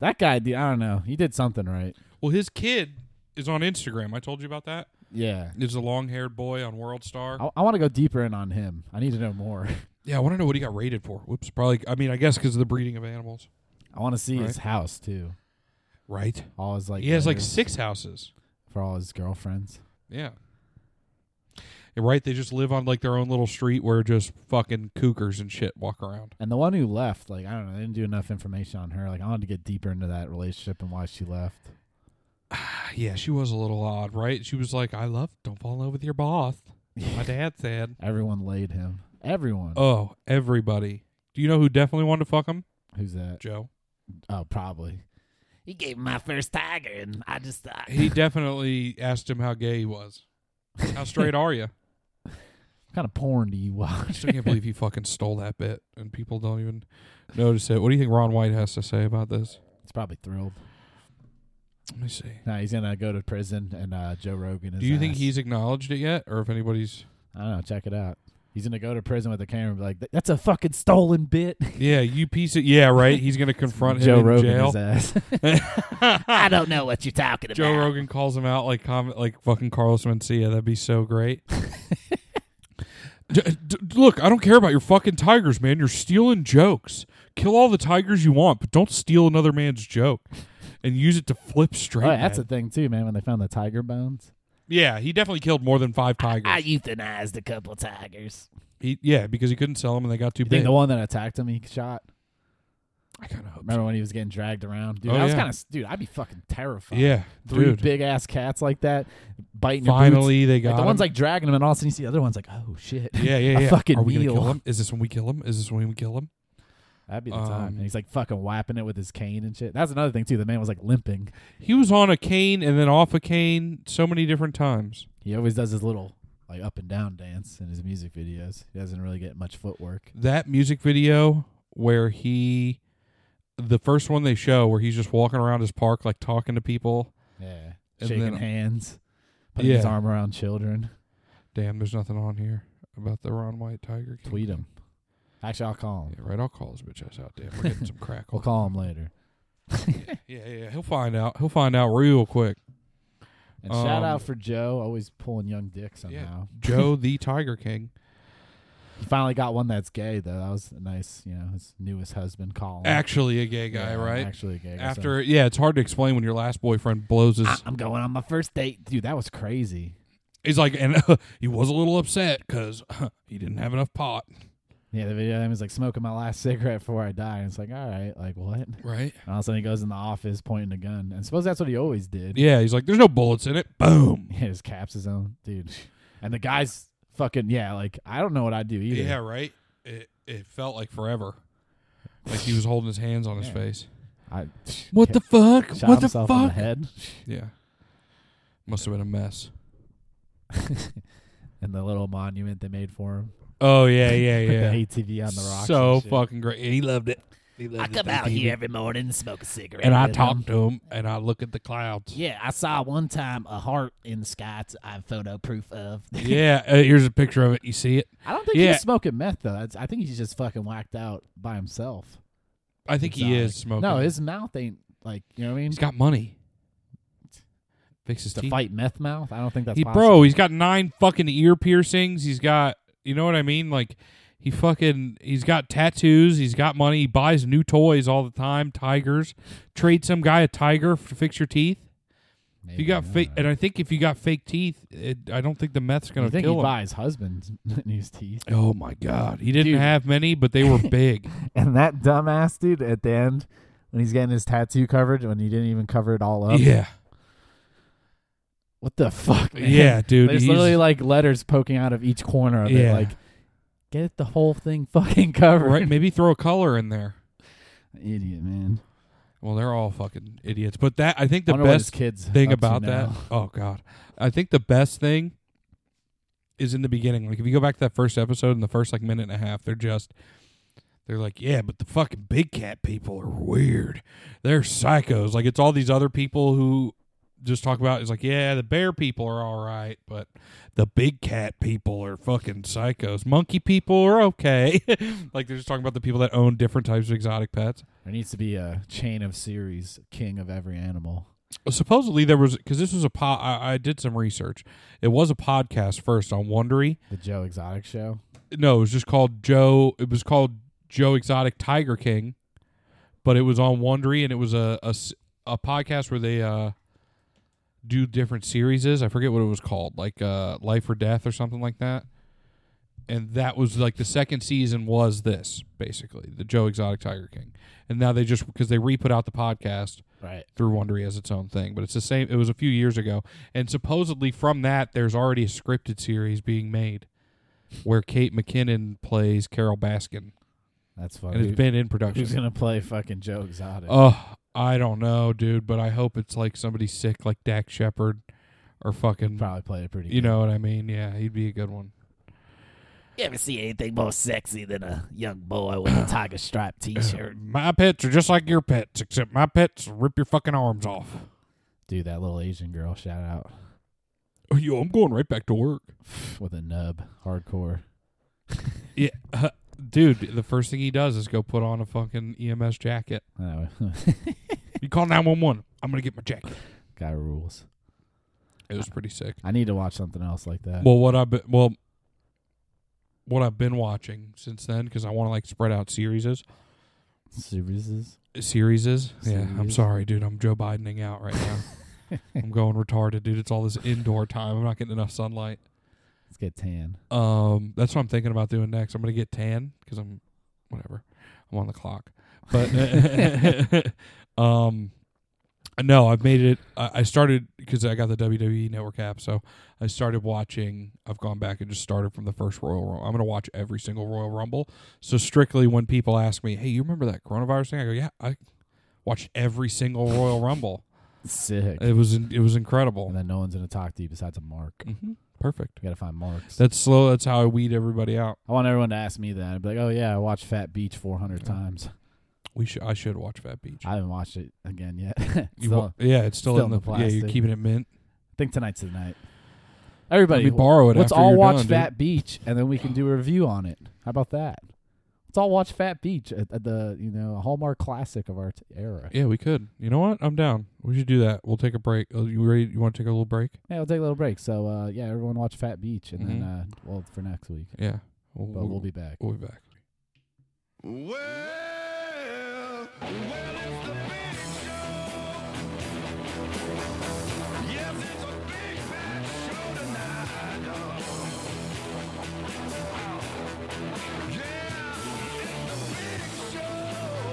Speaker 3: that guy, dude, I don't know. He did something right.
Speaker 2: Well, his kid is on Instagram. I told you about that.
Speaker 3: Yeah.
Speaker 2: Is a long haired boy on World Star.
Speaker 3: I, I want to go deeper in on him. I need to know more.
Speaker 2: Yeah, I want to know what he got rated for. Whoops, probably. I mean, I guess because of the breeding of animals,
Speaker 3: I want to see his
Speaker 2: Right.
Speaker 3: house too.
Speaker 2: right?
Speaker 3: All his like
Speaker 2: he has like
Speaker 3: letters
Speaker 2: six houses.
Speaker 3: for all his girlfriends.
Speaker 2: Yeah. Yeah, Right, they just live on like their own little street where just fucking cougars and shit walk around.
Speaker 3: And the one who left, like I don't know, they didn't do enough information on her. Like I wanted to get deeper into that relationship and why she left.
Speaker 2: Ah, yeah, she was a little odd, right? She was like, "I love, don't fall in love with your boss." My dad said,
Speaker 3: Everyone laid him. Everyone.
Speaker 2: "Oh, everybody." Do you know who definitely wanted to fuck him?
Speaker 3: Who's that?
Speaker 2: Joe.
Speaker 3: Oh, probably.
Speaker 1: He gave me my first tiger, and I just thought,
Speaker 2: He definitely asked him how gay he was. How straight are you?
Speaker 3: What kind of porn do you
Speaker 2: I
Speaker 3: watch?
Speaker 2: still can't believe he fucking stole that bit, and people don't even notice it. What do you think Ron White has to say about this?
Speaker 3: It's probably thrilled.
Speaker 2: Let me see.
Speaker 3: Now he's gonna go to prison, and uh, Joe Rogan is.
Speaker 2: Do you think he's acknowledged it yet, or if anybody's?
Speaker 3: I don't know. Check it out. He's gonna go to prison with the camera, and be like, "That's a fucking stolen bit."
Speaker 2: Yeah, you piece of yeah, right. He's gonna confront him
Speaker 3: Joe
Speaker 2: in
Speaker 3: Rogan
Speaker 2: jail.
Speaker 3: his ass.
Speaker 1: I don't know what you're talking
Speaker 2: Joe
Speaker 1: about.
Speaker 2: Rogan calls him out like comment like fucking Carlos Mencia. That'd be so great. D- d- look, I don't care about your fucking tigers, man. You're stealing jokes. Kill all the tigers you want, but don't steal another man's joke and use it to flip straight.
Speaker 3: Oh, that's a
Speaker 2: man.
Speaker 3: thing too, man. When they found the tiger bones,
Speaker 2: yeah, he definitely killed more than five tigers.
Speaker 1: I euthanized a couple tigers.
Speaker 2: he, yeah, because he couldn't sell them and they got too
Speaker 3: you
Speaker 2: big.
Speaker 3: think the one that attacked him, he shot.
Speaker 2: I kind of hope.
Speaker 3: Remember when he was getting dragged around, dude?
Speaker 2: Oh,
Speaker 3: I was
Speaker 2: yeah.
Speaker 3: kind of, dude. I'd be fucking terrified.
Speaker 2: Yeah,
Speaker 3: three
Speaker 2: dude.
Speaker 3: big ass cats like that biting. your boots.
Speaker 2: Finally, they got
Speaker 3: like the
Speaker 2: him.
Speaker 3: one's like dragging him, and all of a sudden you see the other one's like, "Oh shit!"
Speaker 2: yeah, yeah,
Speaker 3: a
Speaker 2: yeah.
Speaker 3: fucking
Speaker 2: Are we
Speaker 3: meal.
Speaker 2: gonna kill him? Is this when we kill him? Is this when we kill him?
Speaker 3: That'd be the
Speaker 2: Um,
Speaker 3: time. And he's like fucking whapping it with his cane and shit. That's another thing too. The man was like limping.
Speaker 2: He was on a cane and then off a cane so many different times.
Speaker 3: He always does his little like up and down dance in his music videos. He doesn't really get much footwork.
Speaker 2: that music video where he the first one they show where he's just walking around his park like talking to people
Speaker 3: Yeah,
Speaker 2: And
Speaker 3: shaking
Speaker 2: then- uh,
Speaker 3: hands, putting his
Speaker 2: Yeah.
Speaker 3: arm around children.
Speaker 2: damn there's nothing on here about the ron white tiger King
Speaker 3: Tweet
Speaker 2: thing.
Speaker 3: him. Actually, I'll call him.
Speaker 2: yeah right i'll call his bitch ass out damn we're getting some crack
Speaker 3: We'll call him later.
Speaker 2: yeah yeah he'll find out he'll find out real quick
Speaker 3: And shout
Speaker 2: Um,
Speaker 3: out for Joe, always pulling young dick somehow.
Speaker 2: joe the tiger king
Speaker 3: He finally got one that's gay though. That was nice. You know, his newest husband, Colin.
Speaker 2: actually a gay guy
Speaker 3: Yeah,
Speaker 2: right
Speaker 3: Actually, a gay guy. So- Ah.
Speaker 2: after yeah it's hard to explain when your last boyfriend blows his
Speaker 1: I- I'm going on my first date.
Speaker 3: dude, that was crazy.
Speaker 2: he's like and he was a little upset because he didn't have enough pot
Speaker 3: Yeah, the video of him is like smoking my last cigarette before I die. And it's like, all right, like what? And
Speaker 2: right
Speaker 3: all of a sudden he goes in the office pointing a gun. And suppose that's what he always did.
Speaker 2: yeah he's like there's no bullets in it boom
Speaker 3: Yeah, just caps his own dude. And the guy's fucking yeah, like I don't know what I'd do either.
Speaker 2: Yeah, right. It it felt like forever. Like he was holding his hands on his
Speaker 3: Yeah.
Speaker 2: face.
Speaker 3: I
Speaker 2: What the fuck?
Speaker 3: shot
Speaker 2: what the
Speaker 3: himself in the
Speaker 2: fuck?
Speaker 3: head.
Speaker 2: yeah. Must have been a mess.
Speaker 3: and the little monument they made for him.
Speaker 2: Oh yeah, yeah,
Speaker 3: Put
Speaker 2: yeah.
Speaker 3: the ATV on the rocks.
Speaker 2: so
Speaker 3: and shit.
Speaker 2: fucking great. He loved it. He
Speaker 1: I
Speaker 2: loved
Speaker 1: come
Speaker 2: it.
Speaker 1: out here every morning and smoke a cigarette.
Speaker 2: And I
Speaker 1: with
Speaker 2: talk
Speaker 1: him.
Speaker 2: to him and I look at the clouds.
Speaker 1: Yeah, I saw one time a heart in the sky. t- I have photo proof of.
Speaker 2: Yeah, uh, here's a picture of it. You see it?
Speaker 3: I don't think
Speaker 2: Yeah.
Speaker 3: he's smoking meth though. That's, I think he's just fucking whacked out by himself.
Speaker 2: I think he is smoking.
Speaker 3: No, his mouth ain't like you know what I mean.
Speaker 2: he's got money. Fix his
Speaker 3: to
Speaker 2: teeth.
Speaker 3: fight meth mouth. I don't think that's
Speaker 2: he
Speaker 3: possible.
Speaker 2: bro he's got nine fucking ear piercings he's got you know what i mean like he fucking he's got tattoos he's got money he buys new toys all the time tigers trade some guy a tiger f- to fix your teeth if
Speaker 3: Maybe,
Speaker 2: you got
Speaker 3: I don't
Speaker 2: fake
Speaker 3: know.
Speaker 2: and i think if you got fake teeth it, i don't think the meth's gonna
Speaker 3: you think
Speaker 2: kill
Speaker 3: he
Speaker 2: him
Speaker 3: buys husbands in his teeth.
Speaker 2: oh my god he didn't
Speaker 3: Dude.
Speaker 2: have many but they were big
Speaker 3: And that dumbass dude at the end when he's getting his tattoo covered when he didn't even cover it all up.
Speaker 2: yeah
Speaker 3: What the fuck? man?
Speaker 2: yeah dude
Speaker 3: There's
Speaker 2: he's-
Speaker 3: literally like letters poking out of each corner of
Speaker 2: Yeah.
Speaker 3: it. Like get the whole thing fucking covered.
Speaker 2: right maybe throw a color in there
Speaker 3: Idiot man.
Speaker 2: well they're all fucking idiots but that i think the
Speaker 3: I wonder what
Speaker 2: best
Speaker 3: his kids
Speaker 2: thing
Speaker 3: up to
Speaker 2: about that.
Speaker 3: now.
Speaker 2: Oh god. I think the best thing is in the beginning. Like if you go back to that first episode in the first like minute and a half, they're just they're like, "Yeah, but the fucking big cat people are weird. They're psychos." Like it's all these other people who just talk about it's like, "Yeah, the bear people are all right, but the big cat people are fucking psychos. Monkey people are okay." like they're just talking about the people that own different types of exotic pets.
Speaker 3: There needs to be a chain of series, king of every animal.
Speaker 2: supposedly there was because this was a pod I, I did some research it was a podcast first on wondery
Speaker 3: The Joe Exotic show.
Speaker 2: no it was just called joe it was called joe exotic tiger king but it was on wondery and it was a, a s- a podcast where they uh do different series i forget what it was called like uh life or death or something like that and that was like the second season was this basically the joe exotic tiger king and now they just because they re-put out the podcast
Speaker 1: Right.
Speaker 2: through Wondery as its own thing. But it's the same. It was a few years ago, and supposedly from that, there's already a scripted series being made where Kate McKinnon plays Carol Baskin,
Speaker 3: That's
Speaker 2: and
Speaker 3: funny.
Speaker 2: it's been in
Speaker 3: Who's
Speaker 2: production.
Speaker 3: Oh, gonna play fucking Joe Exotic?
Speaker 2: Oh, I don't know, dude, but I hope it's like somebody sick, like Dak Shepard, or fucking,
Speaker 3: probably play it pretty.
Speaker 2: you
Speaker 3: good.
Speaker 2: know what I mean? Yeah, he'd be a good one.
Speaker 1: You ever see anything more sexy than a young boy with a tiger stripe T-shirt?
Speaker 2: My pets are just like your pets, except my pets rip your fucking arms off.
Speaker 3: dude, that little Asian girl. Shout out
Speaker 2: Oh, yo, I'm going right back to work.
Speaker 3: with a nub, hardcore.
Speaker 2: Yeah, uh, dude. The first thing he does is go put on a fucking EMS jacket.
Speaker 3: Anyway,
Speaker 2: You call nine one one. I'm gonna get my jacket.
Speaker 3: guy rules.
Speaker 2: It was pretty sick.
Speaker 3: I need to watch something else like that.
Speaker 2: Well, what I've been well, what I've been watching since then because I want to like spread out series is
Speaker 3: Services.
Speaker 2: series is. Yeah, I'm
Speaker 3: Series.
Speaker 2: sorry, dude. I'm Joe Bidening out right now. I'm going retarded, dude. It's all this indoor time. I'm not getting enough sunlight.
Speaker 3: Let's get tan.
Speaker 2: Um, that's what I'm thinking about doing next. I'm gonna get tan because I'm, whatever, I'm on the clock. But um, no, I've made it. I, I started because I got the WWE Network app, so I started watching. I've gone back and just started from the first Royal Rumble. I'm gonna watch every single Royal Rumble. So strictly, when people ask me, "Hey, you remember that coronavirus thing?" I go, "Yeah, I watched every single Royal Rumble.
Speaker 3: Sick.
Speaker 2: It was in, it was
Speaker 3: and
Speaker 2: incredible.
Speaker 3: then no one's gonna talk to you besides a Mark.
Speaker 2: hmm Perfect.
Speaker 3: We gotta find marks.
Speaker 2: That's slow. That's how I weed everybody out."
Speaker 3: I want everyone to ask me that. I'd be like, oh yeah, I watched Fat Beach 400
Speaker 2: Yeah.
Speaker 3: times.
Speaker 2: We should. I should watch Fat Beach.
Speaker 3: I haven't watched it again yet. Still,
Speaker 2: You wa- yeah, it's still,
Speaker 3: still
Speaker 2: in
Speaker 3: in
Speaker 2: the,
Speaker 3: the
Speaker 2: yeah. You're
Speaker 3: plastic.
Speaker 2: keeping it mint.
Speaker 3: I think tonight's the night.
Speaker 2: Let
Speaker 3: Everybody,
Speaker 2: me borrow it.
Speaker 3: let's
Speaker 2: after
Speaker 3: all
Speaker 2: you're
Speaker 3: watch
Speaker 2: done, dude.
Speaker 3: Fat Beach, and then we can do a review on it. How about that? Let's all watch Fat Beach, at, at the you know a hallmark classic of our t- era.
Speaker 2: Yeah, we could. You know what? I'm down. We should do that. We'll take a break. Uh, You ready? You want to take a little break?
Speaker 3: Yeah, we'll take a little break. So uh, yeah, everyone watch Fat Beach, and then uh, well for next week,
Speaker 2: Yeah. We'll,
Speaker 3: but we'll be back.
Speaker 2: We'll be back.
Speaker 5: Well, well, it's the big show. Yes, it's a big fat show tonight. Oh. Yeah, it's the big show.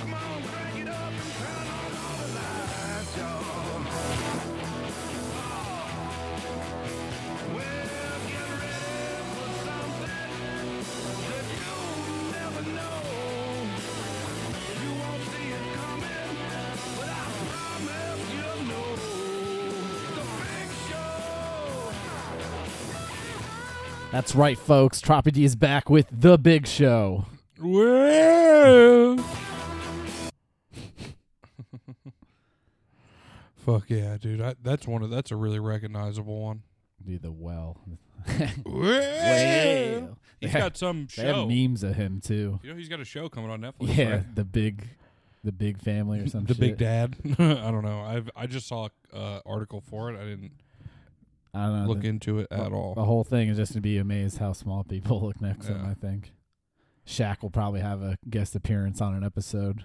Speaker 5: Come on, crank it up and turn on all the lights, y'all. Oh. Well, get ready for something that you'll never know. You won't see it coming, but I promise you'll know. The big show.
Speaker 3: That's right, folks. Troppy D is back with the Big Show.
Speaker 2: Well. Fuck yeah, dude! I, that's one of that's a really recognizable one.
Speaker 3: Do the well.
Speaker 2: Well,
Speaker 3: They
Speaker 2: he's
Speaker 3: have-
Speaker 2: got some
Speaker 3: They have
Speaker 2: show. You
Speaker 3: memes of him too.
Speaker 2: know he's got a show coming on Netflix.
Speaker 3: Yeah,
Speaker 2: right?
Speaker 3: the big, the big family or something.
Speaker 2: the Big Dad. I don't know. I've I just saw a uh, article for it. I didn't
Speaker 3: I don't know.
Speaker 2: look
Speaker 3: the,
Speaker 2: into it at all.
Speaker 3: the whole thing is just to be amazed how small people look next to him.
Speaker 2: Yeah.
Speaker 3: I think Shaq will probably have a guest appearance on an episode.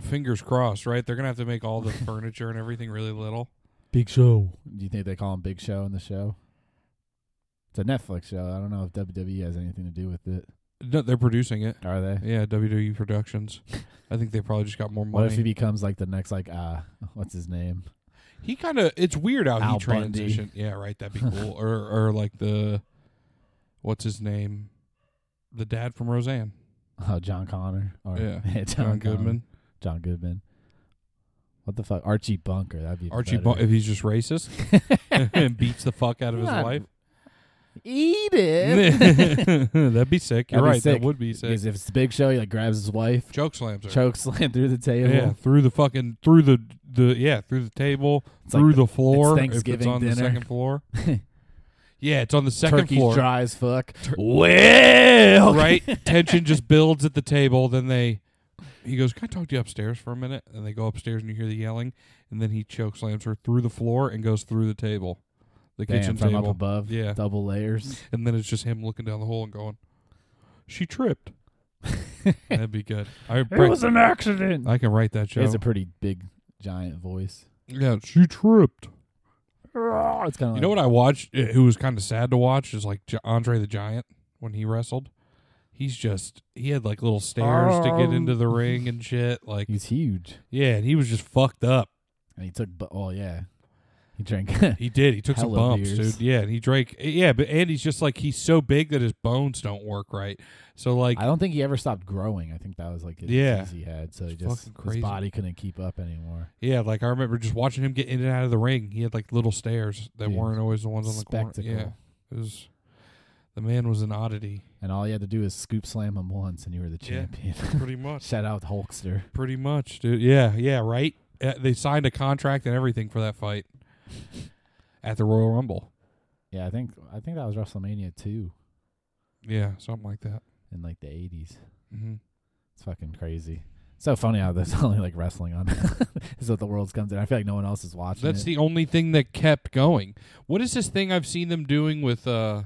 Speaker 2: fingers crossed, right? They're gonna have to make all the furniture and everything really little.
Speaker 3: Big Show. Do you think they call him Big Show in the show? It's a Netflix show. I don't know if WWE has anything to do with it.
Speaker 2: No, they're producing it.
Speaker 3: Are they?
Speaker 2: Yeah, WWE Productions. I think they probably just got more
Speaker 3: What if he
Speaker 2: money.
Speaker 3: becomes like the next like uh what's his name?
Speaker 2: He kind of it's weird how
Speaker 3: Al
Speaker 2: he
Speaker 3: Bundy.
Speaker 2: transitioned. Yeah, right. That'd be cool. or or like the what's his name, the dad from Roseanne,
Speaker 3: Oh, John Connor or
Speaker 2: Yeah,
Speaker 3: John,
Speaker 2: John
Speaker 3: Connor.
Speaker 2: Goodman,
Speaker 3: John Goodman. What the fuck? Archie Bunker. That'd be
Speaker 2: Archie.
Speaker 3: better.
Speaker 2: Bun- if he's just racist and beats the fuck out of his
Speaker 3: Not
Speaker 2: wife,
Speaker 3: Eat it.
Speaker 2: that'd be sick. You're
Speaker 3: That'd be
Speaker 2: right.
Speaker 3: sick.
Speaker 2: That would be sick.
Speaker 3: Because if it's a big show, he like grabs his wife,
Speaker 2: Choke slams her.
Speaker 3: choke slam through the table.
Speaker 2: Yeah, through the fucking through the the yeah through the table
Speaker 3: It's
Speaker 2: through
Speaker 3: like
Speaker 2: the, floor.
Speaker 3: it's
Speaker 2: if it's
Speaker 3: Thanksgiving
Speaker 2: on the
Speaker 3: dinner.
Speaker 2: second floor. yeah, it's on the second
Speaker 3: Turkey's
Speaker 2: floor.
Speaker 3: dry as fuck.
Speaker 1: Well,
Speaker 2: Right, tension just builds at the table. Then they, he goes, "Can I talk to you upstairs for a minute?" And they go upstairs, and you hear the yelling. And then he choke slams her through the floor and goes through the table, the
Speaker 3: Damn,
Speaker 2: kitchen
Speaker 3: from
Speaker 2: table
Speaker 3: up above.
Speaker 2: Yeah,
Speaker 3: Double layers.
Speaker 2: and then it's just him looking down the hole and going, "She tripped." That'd be good. I,
Speaker 3: an accident.
Speaker 2: I can write that
Speaker 3: She
Speaker 2: show.
Speaker 3: has a pretty big, giant voice.
Speaker 2: yeah, she tripped.
Speaker 3: Arrgh, It's kind of
Speaker 2: eh, You know what I watched? Who was kind of sad to watch is like J- Andre the Giant when he wrestled. he's just he had like little stairs to get into
Speaker 3: Oh.
Speaker 2: the ring and shit. Like
Speaker 3: He's huge.
Speaker 2: yeah, and he was just fucked up.
Speaker 3: And he took. bu- Oh yeah, he drank.
Speaker 2: He did. He took some
Speaker 3: Hella
Speaker 2: bumps,
Speaker 3: beers.
Speaker 2: dude. Yeah, and he drank. eh, Yeah, but and he's just like he's so big that his bones don't work right. So like
Speaker 3: I don't think he ever stopped growing. I think that was like a
Speaker 2: Yeah.
Speaker 3: disease he had. So he
Speaker 2: It's
Speaker 3: just
Speaker 2: fucking
Speaker 3: his
Speaker 2: crazy.
Speaker 3: body couldn't keep up anymore.
Speaker 2: yeah, like I remember just watching him get in and out of the ring. He had like little stairs that
Speaker 3: Dude,
Speaker 2: weren't always the ones on the
Speaker 3: Spectacle.
Speaker 2: corner. Yeah, it was the man was an oddity.
Speaker 3: And all you had to do is scoop slam him once, and you were the
Speaker 2: Yeah.
Speaker 3: champion.
Speaker 2: Pretty much.
Speaker 3: Shout out Hulkster.
Speaker 2: Pretty much, dude. Yeah, yeah, right. Uh, they signed a contract and everything for that fight at the Royal Rumble.
Speaker 3: Yeah, I think I think that was WrestleMania two
Speaker 2: Yeah, something like that.
Speaker 3: in like the eighties.
Speaker 2: hmm
Speaker 3: It's fucking crazy. So funny how there's only like wrestling on. is what the world's comes in. I feel like no one else is watching.
Speaker 2: That's
Speaker 3: it.
Speaker 2: the only thing that kept going. What is this thing I've seen them doing with uh,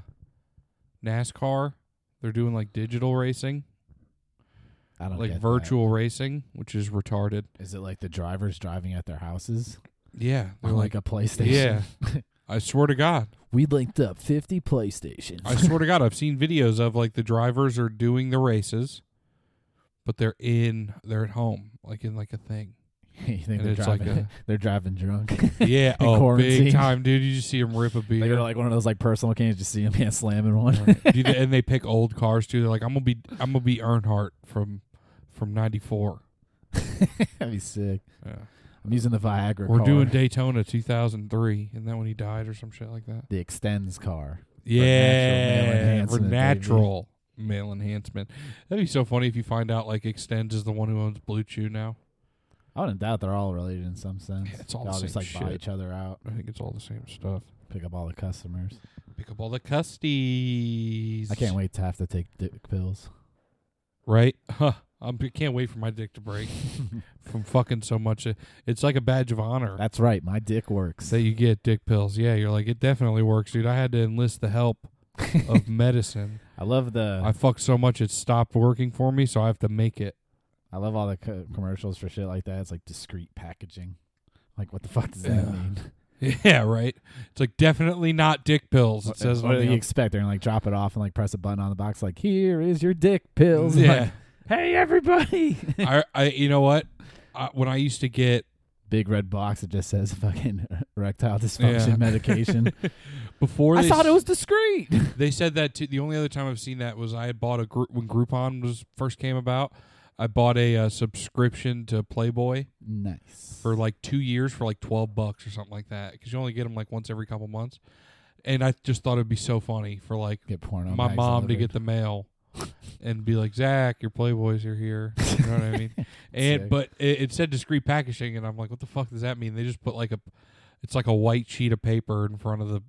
Speaker 2: NASCAR? They're doing like digital racing,
Speaker 3: I don't
Speaker 2: like
Speaker 3: get that.
Speaker 2: virtual racing, which is retarded.
Speaker 3: Is it like the drivers driving at their houses
Speaker 2: Yeah,
Speaker 3: or
Speaker 2: they're
Speaker 3: like,
Speaker 2: like,
Speaker 3: a PlayStation?
Speaker 2: yeah. I swear to God,
Speaker 3: we linked up fifty PlayStations.
Speaker 2: I swear to God, I've seen videos of like the drivers are doing the races, but they're in, they're at home, like in like a thing.
Speaker 3: you think
Speaker 2: And
Speaker 3: they're
Speaker 2: it's like
Speaker 3: driving?
Speaker 2: a-
Speaker 3: they're driving drunk.
Speaker 2: Yeah,
Speaker 3: In
Speaker 2: oh,
Speaker 3: quarantine.
Speaker 2: big time, dude. You just see him rip a beer.
Speaker 3: they go to like one of those like personal cans. Just see a man slamming one.
Speaker 2: Dude, and they pick old cars too. They're like, I'm gonna be, I'm gonna be Earnhardt from, from '94.
Speaker 3: That'd be sick.
Speaker 2: Yeah.
Speaker 3: I'm using the Viagra.
Speaker 2: We're
Speaker 3: car,
Speaker 2: doing Daytona 2003, and then when he died or some shit like that.
Speaker 3: the extends car.
Speaker 2: Yeah,
Speaker 3: natural male
Speaker 2: for
Speaker 3: enhancement,
Speaker 2: natural male enhancement. That'd be so funny if you find out like Extends is the one who owns Blue Chew now.
Speaker 3: I wouldn't doubt they're all related in some sense.
Speaker 2: Yeah, it's all
Speaker 3: they
Speaker 2: the
Speaker 3: all just
Speaker 2: same
Speaker 3: like buy
Speaker 2: shit.
Speaker 3: each other out,
Speaker 2: I think it's all the same stuff.
Speaker 3: pick up all the customers.
Speaker 2: Pick up all the custies.
Speaker 3: I can't wait to have to take dick pills.
Speaker 2: Right? Huh. I'm, I can't wait for my dick to break from fucking so much. It's like a badge of honor.
Speaker 3: That's right. My dick works.
Speaker 2: that you get dick pills. Yeah, you're like, it definitely works, dude. I had to enlist the help of medicine.
Speaker 3: I love the
Speaker 2: I fucked so much it stopped working for me, so I have to make it.
Speaker 3: I love all the co- commercials for shit like that. It's like discreet packaging. Like, what the fuck does that
Speaker 2: Yeah.
Speaker 3: mean?
Speaker 2: Yeah, right. It's like definitely not dick pills. It says
Speaker 3: what
Speaker 2: on
Speaker 3: do
Speaker 2: the
Speaker 3: you
Speaker 2: up-
Speaker 3: expect? They're gonna like drop it off and like press a button on the box. Like, here is your dick pills. Like,
Speaker 2: Yeah,
Speaker 3: hey everybody!
Speaker 2: I, I, you know what? I, when I used to get
Speaker 3: Big red box that just says fucking erectile dysfunction
Speaker 2: Yeah.
Speaker 3: medication.
Speaker 2: before, they, s-
Speaker 3: discreet.
Speaker 2: They said that too. The only other time I've seen that was I had bought a group when Groupon was first came about. I bought a uh, subscription to Playboy.
Speaker 3: nice.
Speaker 2: for like two years for like 12 bucks or something like that because you only get them like once every couple months and i just thought it'd be so funny for like
Speaker 3: get porn on
Speaker 2: my mom to get the mail and be like zach your playboys are here you know what i mean and
Speaker 3: Sick.
Speaker 2: but it, it said discreet packaging and i'm like what the fuck does that mean they just put like a it's like a white sheet of paper in front of the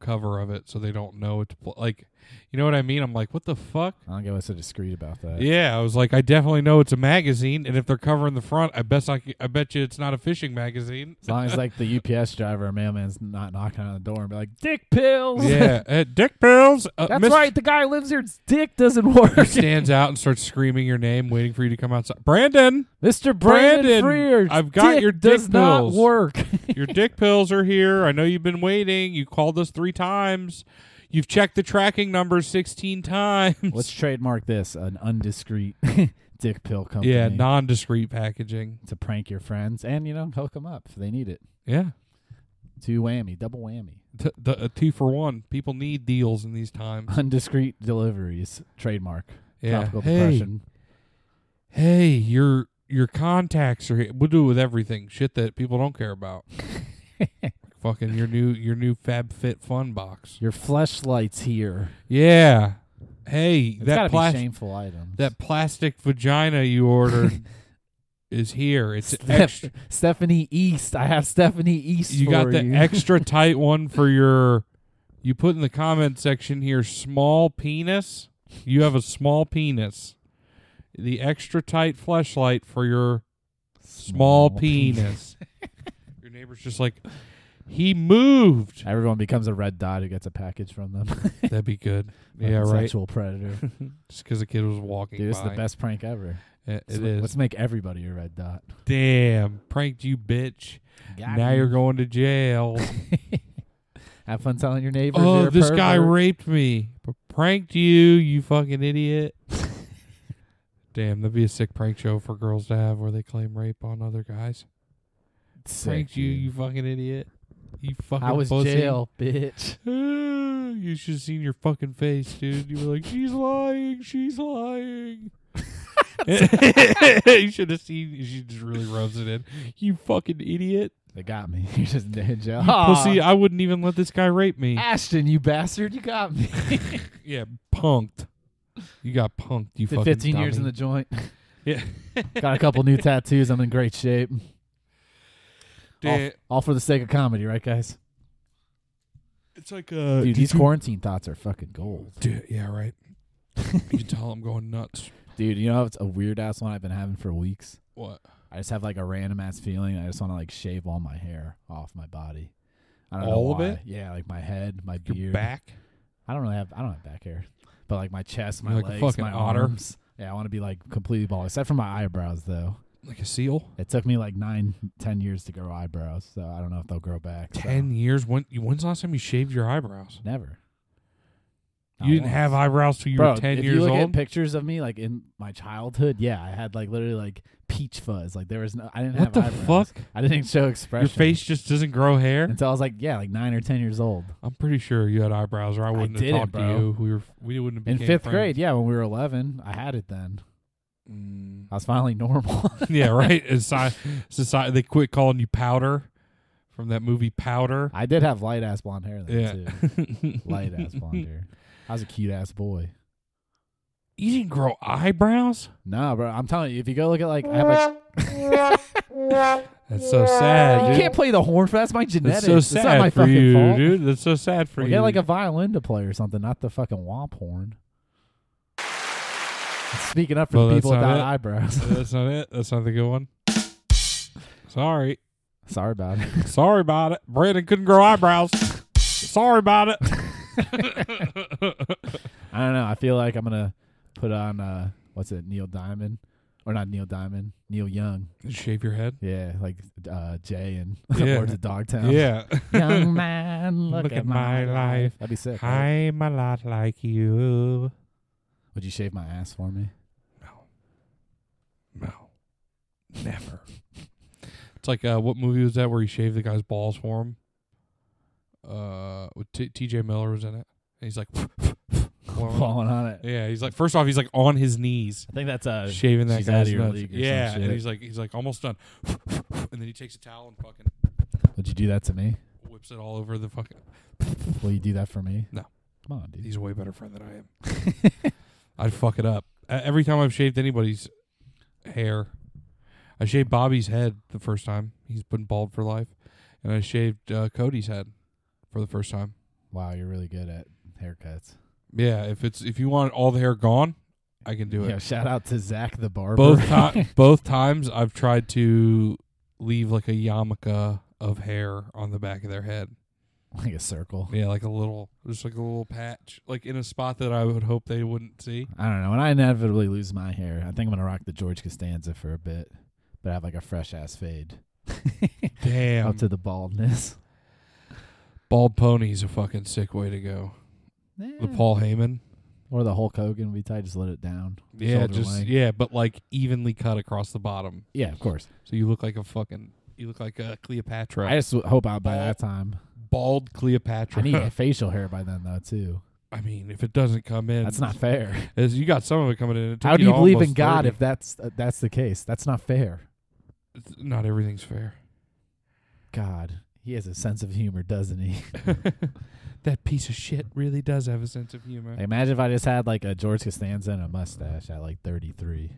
Speaker 2: cover of it so they don't know it to pl- like you know what i mean i'm like what the fuck
Speaker 3: I don't get what's so discreet about that.
Speaker 2: yeah, I was like, I definitely know it's a magazine, and if they're covering the front, I best I, c- I bet you it's not a fishing magazine.
Speaker 3: As long as like the UPS driver or mailman's not knocking on the door and be like, dick pills.
Speaker 2: yeah, uh, dick pills. Uh,
Speaker 3: That's
Speaker 2: Mr.
Speaker 3: right. The guy who lives here's dick doesn't work.
Speaker 2: He stands out and starts screaming your name, waiting for you to come outside. Brandon,
Speaker 3: Mr. Brandon,
Speaker 2: Brandon,
Speaker 3: Frears,
Speaker 2: I've got
Speaker 3: dick
Speaker 2: your dick
Speaker 3: does not
Speaker 2: pills.
Speaker 3: work.
Speaker 2: your dick pills are here. I know you've been waiting. You called us three times. You've checked the tracking number sixteen times.
Speaker 3: Let's trademark this: an undiscreet dick pill company.
Speaker 2: yeah, non-discreet packaging.
Speaker 3: to prank your friends and you know hook them up if they need it.
Speaker 2: Yeah,
Speaker 3: Two whammy, double whammy.
Speaker 2: T- the, a two for one. People need deals in these times.
Speaker 3: Undiscreet deliveries trademark.
Speaker 2: Yeah.
Speaker 3: Tropical
Speaker 2: Hey,
Speaker 3: depression.
Speaker 2: hey, your your contacts are here. We'll do it with everything. Shit that people don't care about. Fucking your new your new Fab Fit Fun box.
Speaker 3: Your fleshlights here.
Speaker 2: Yeah. Hey,
Speaker 3: It's gotta
Speaker 2: that
Speaker 3: be
Speaker 2: plastic
Speaker 3: shameful items.
Speaker 2: that plastic vagina you ordered is here. It's
Speaker 3: Steph-
Speaker 2: extra.
Speaker 3: Stephanie East. I have Stephanie East.
Speaker 2: You got
Speaker 3: for
Speaker 2: the
Speaker 3: you.
Speaker 2: extra tight one for your. You put in the comment section here, small penis. You have a small penis. The extra tight flashlight for your small penis. Your neighbor's just like, he moved.
Speaker 3: Everyone becomes a red dot who gets a package from them.
Speaker 2: That'd be good. yeah,
Speaker 3: Like a
Speaker 2: right.
Speaker 3: Sexual predator.
Speaker 2: Just because a kid was walking
Speaker 3: Dude,
Speaker 2: by.
Speaker 3: this is the best prank ever.
Speaker 2: Yeah, It
Speaker 3: So
Speaker 2: is.
Speaker 3: Let's make everybody a red dot.
Speaker 2: Damn, pranked you, bitch. now you're going to jail.
Speaker 3: Have fun telling your neighbors.
Speaker 2: oh,
Speaker 3: you're a
Speaker 2: this guy
Speaker 3: pervert.
Speaker 2: raped me. Pranked you, you fucking idiot. Damn, that'd be a sick prank show for girls to have where they claim rape on other guys. Pranked you, you fucking idiot. You fucking
Speaker 3: I was
Speaker 2: pussy.
Speaker 3: jail, bitch.
Speaker 2: you should have seen your fucking face, dude. You were like, she's lying, she's lying. you should have seen. She just really rubs it in. You fucking idiot,
Speaker 3: They got me. You're just dead in jail.
Speaker 2: You pussy! I wouldn't even let this guy rape me.
Speaker 3: Ashton, you bastard, you got me.
Speaker 2: Yeah, punked. You got punked. You
Speaker 3: Did
Speaker 2: fucking
Speaker 3: 15 years in the
Speaker 2: dummy.
Speaker 3: joint.
Speaker 2: yeah.
Speaker 3: Got a couple new tattoos. I'm in great shape.
Speaker 2: Damn.
Speaker 3: All for the sake of comedy, right, guys?
Speaker 2: It's like uh,
Speaker 3: Dude,
Speaker 2: did
Speaker 3: these
Speaker 2: you-
Speaker 3: quarantine thoughts are fucking gold.
Speaker 2: Dude, yeah, right. you can tell I'm going nuts.
Speaker 3: Dude, you know it's a weird ass one I've been having for weeks.
Speaker 2: What?
Speaker 3: I just have like a random ass feeling. I just want to like shave all my hair off my body. I don't
Speaker 2: All
Speaker 3: know
Speaker 2: of
Speaker 3: why.
Speaker 2: it?
Speaker 3: Yeah, like my head, my
Speaker 2: Your
Speaker 3: beard.
Speaker 2: back?
Speaker 3: I don't really have. I don't have back hair, but like my chest, my
Speaker 2: You're like a
Speaker 3: legs,
Speaker 2: fucking
Speaker 3: my
Speaker 2: otter.
Speaker 3: arms. Yeah, I want to be like completely bald, except for my eyebrows though.
Speaker 2: Like a seal?
Speaker 3: It took me like nine, ten years to grow eyebrows, so I don't know if they'll grow back. so-
Speaker 2: Ten years? When? When's the last time you shaved your eyebrows?
Speaker 3: never. Not
Speaker 2: You didn't
Speaker 3: once.
Speaker 2: have eyebrows till you
Speaker 3: Bro,
Speaker 2: were ten
Speaker 3: if
Speaker 2: years
Speaker 3: you look
Speaker 2: old.
Speaker 3: At pictures of me like in my childhood, yeah, I had like literally like peach fuzz. Like there was no, I didn't
Speaker 2: What
Speaker 3: have
Speaker 2: the
Speaker 3: eyebrows.
Speaker 2: fuck?
Speaker 3: I didn't show expression.
Speaker 2: Your face just doesn't grow hair.
Speaker 3: until I was like, yeah, like nine or ten years old.
Speaker 2: I'm pretty sure you had eyebrows, or I wouldn't have
Speaker 3: didn't,
Speaker 2: talked
Speaker 3: bro.
Speaker 2: to you. We were we wouldn't have
Speaker 3: In
Speaker 2: became
Speaker 3: fifth
Speaker 2: friends.
Speaker 3: grade, yeah, when we were eleven, I had it then.
Speaker 2: Mm.
Speaker 3: I was finally normal.
Speaker 2: yeah, right. Society, society, they quit calling you powder from that movie Powder.
Speaker 3: I did have light ass blonde hair then
Speaker 2: yeah,
Speaker 3: too. Light ass blonde hair. I was a cute ass boy.
Speaker 2: You didn't grow eyebrows.
Speaker 3: Nah, bro, I'm telling you, if you go look at like, I have like,
Speaker 2: That's so sad,
Speaker 3: you
Speaker 2: dude.
Speaker 3: can't play the horn. for That's my genetics.
Speaker 2: That's so
Speaker 3: It's not
Speaker 2: sad
Speaker 3: my
Speaker 2: for
Speaker 3: fucking
Speaker 2: you,
Speaker 3: fault.
Speaker 2: dude. That's so sad for
Speaker 3: Well,
Speaker 2: you.
Speaker 3: get like a violin to play or something, not the fucking womp horn. Speaking up for
Speaker 2: Well,
Speaker 3: the
Speaker 2: that's
Speaker 3: people without
Speaker 2: not it.
Speaker 3: eyebrows.
Speaker 2: That's not it. That's not the good one. Sorry,
Speaker 3: Sorry about it.
Speaker 2: sorry about it. Brandon couldn't grow eyebrows. Sorry about it.
Speaker 3: I don't know. I feel like I'm gonna put on uh what's it, Neil Diamond. Or not Neil Diamond, Neil Young.
Speaker 2: Shave your head.
Speaker 3: Yeah, like uh Jay and
Speaker 2: Yeah.
Speaker 3: Lords of Dogtown.
Speaker 2: Yeah.
Speaker 3: Young man, look, at, my, life. That'd be sick. right?
Speaker 2: I'm a lot like you.
Speaker 3: Would you shave my ass for me?
Speaker 2: No. Never. it's like uh, what movie was that where he shaved the guy's balls for him? Uh, with T- T.J. Miller was in it, and he's like, blowing-
Speaker 3: Falling on it.
Speaker 2: yeah, he's like, first off, he's like on his knees
Speaker 3: I think that's uh
Speaker 2: shaving that
Speaker 3: she's
Speaker 2: guy's
Speaker 3: out of your
Speaker 2: nuts.
Speaker 3: league or some
Speaker 2: yeah,
Speaker 3: shit.
Speaker 2: and he's like, he's like almost done, and then he takes a towel and fucking
Speaker 3: Would you do that to me?
Speaker 2: whips it all over the fucking.
Speaker 3: Will you do that for me?
Speaker 2: No.
Speaker 3: Come on, dude.
Speaker 2: He's a way better friend than I am. I'd fuck it up Uh, every time I've shaved anybody's hair. I shaved Bobby's head the first time. He's been bald for life, and I shaved uh, Cody's head for the first time.
Speaker 3: Wow, you're really good at haircuts.
Speaker 2: Yeah, if it's if you want all the hair gone, I can do it.
Speaker 3: Yeah, shout out to Zach the barber.
Speaker 2: both ti- both times I've tried to leave like a yarmulke of hair on the back of their head.
Speaker 3: like a circle.
Speaker 2: Yeah, like a little, just like a little patch, like in a spot that I would hope they wouldn't see.
Speaker 3: I don't know. When I inevitably lose my hair, I think I'm gonna rock the George Costanza for a bit, but have like a fresh ass fade
Speaker 2: Damn.
Speaker 3: up to the baldness.
Speaker 2: Bald pony's a fucking sick way to go. The
Speaker 3: Yeah.
Speaker 2: Paul Heyman.
Speaker 3: or the Hulk Hogan would be tight. Just let it down.
Speaker 2: Yeah,
Speaker 3: Shoulder
Speaker 2: just
Speaker 3: length.
Speaker 2: yeah, but like evenly cut across the bottom.
Speaker 3: yeah, of course.
Speaker 2: So you look like a fucking you look like a Cleopatra.
Speaker 3: I just w- hope out by that time.
Speaker 2: bald
Speaker 3: I
Speaker 2: Cleopatra.
Speaker 3: need facial hair by then though too.
Speaker 2: I mean, if it doesn't come in
Speaker 3: That's not fair.
Speaker 2: it's- you got some of it coming in. It took
Speaker 3: How do you
Speaker 2: to
Speaker 3: believe in
Speaker 2: almost
Speaker 3: God
Speaker 2: 30.
Speaker 3: if that's uh, that's the case? That's not fair.
Speaker 2: It's- not everything's fair?
Speaker 3: God, he has a sense of humor, doesn't he?
Speaker 2: that piece of shit really does have a sense of humor.
Speaker 3: Like, imagine if I just had like a George Costanza and a mustache at like 33.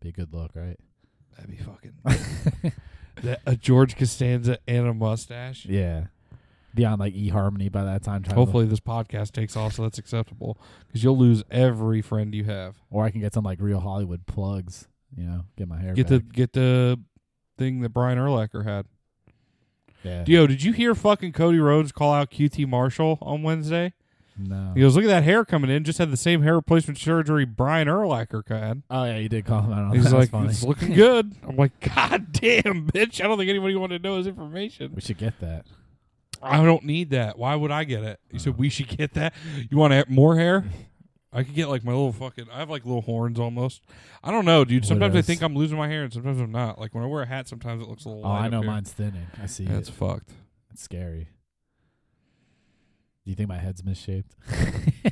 Speaker 3: Be a good look, right?
Speaker 2: That'd be fucking that, a George Costanza and a mustache.
Speaker 3: Yeah. Be on like eHarmony by that time. trying to-
Speaker 2: Hopefully this podcast takes off, so that's acceptable because you'll lose every friend you have.
Speaker 3: or I can get some like real Hollywood plugs, you know, get my hair
Speaker 2: Get the
Speaker 3: back.
Speaker 2: get the thing that Brian Erlacher had.
Speaker 3: yeah.
Speaker 2: Yo, did you hear fucking Cody Rhodes call out QT Marshall on Wednesday?
Speaker 3: no.
Speaker 2: He goes, look at that hair coming in. Just had the same hair replacement surgery Brian Erlacher had.
Speaker 3: oh, yeah, you did call him out on
Speaker 2: He's
Speaker 3: that.
Speaker 2: like,
Speaker 3: That's funny.
Speaker 2: it's looking good. I'm like, God damn, bitch. I don't think anybody wanted to know his information.
Speaker 3: we should get that. Uh.
Speaker 2: I don't need that. Why would I get it? He said, we should get that. You want to have more hair? I could get like my little fucking. I have like little horns almost. I don't know, dude.
Speaker 3: What
Speaker 2: Sometimes I
Speaker 3: else?
Speaker 2: think I'm losing my hair, and sometimes I'm not. Like when I wear a hat, sometimes it looks a little.
Speaker 3: Oh,
Speaker 2: light
Speaker 3: I
Speaker 2: up
Speaker 3: know
Speaker 2: here.
Speaker 3: mine's thinning. I see
Speaker 2: Yeah, it's
Speaker 3: it.
Speaker 2: fucked.
Speaker 3: It's scary. Do you think my head's misshaped?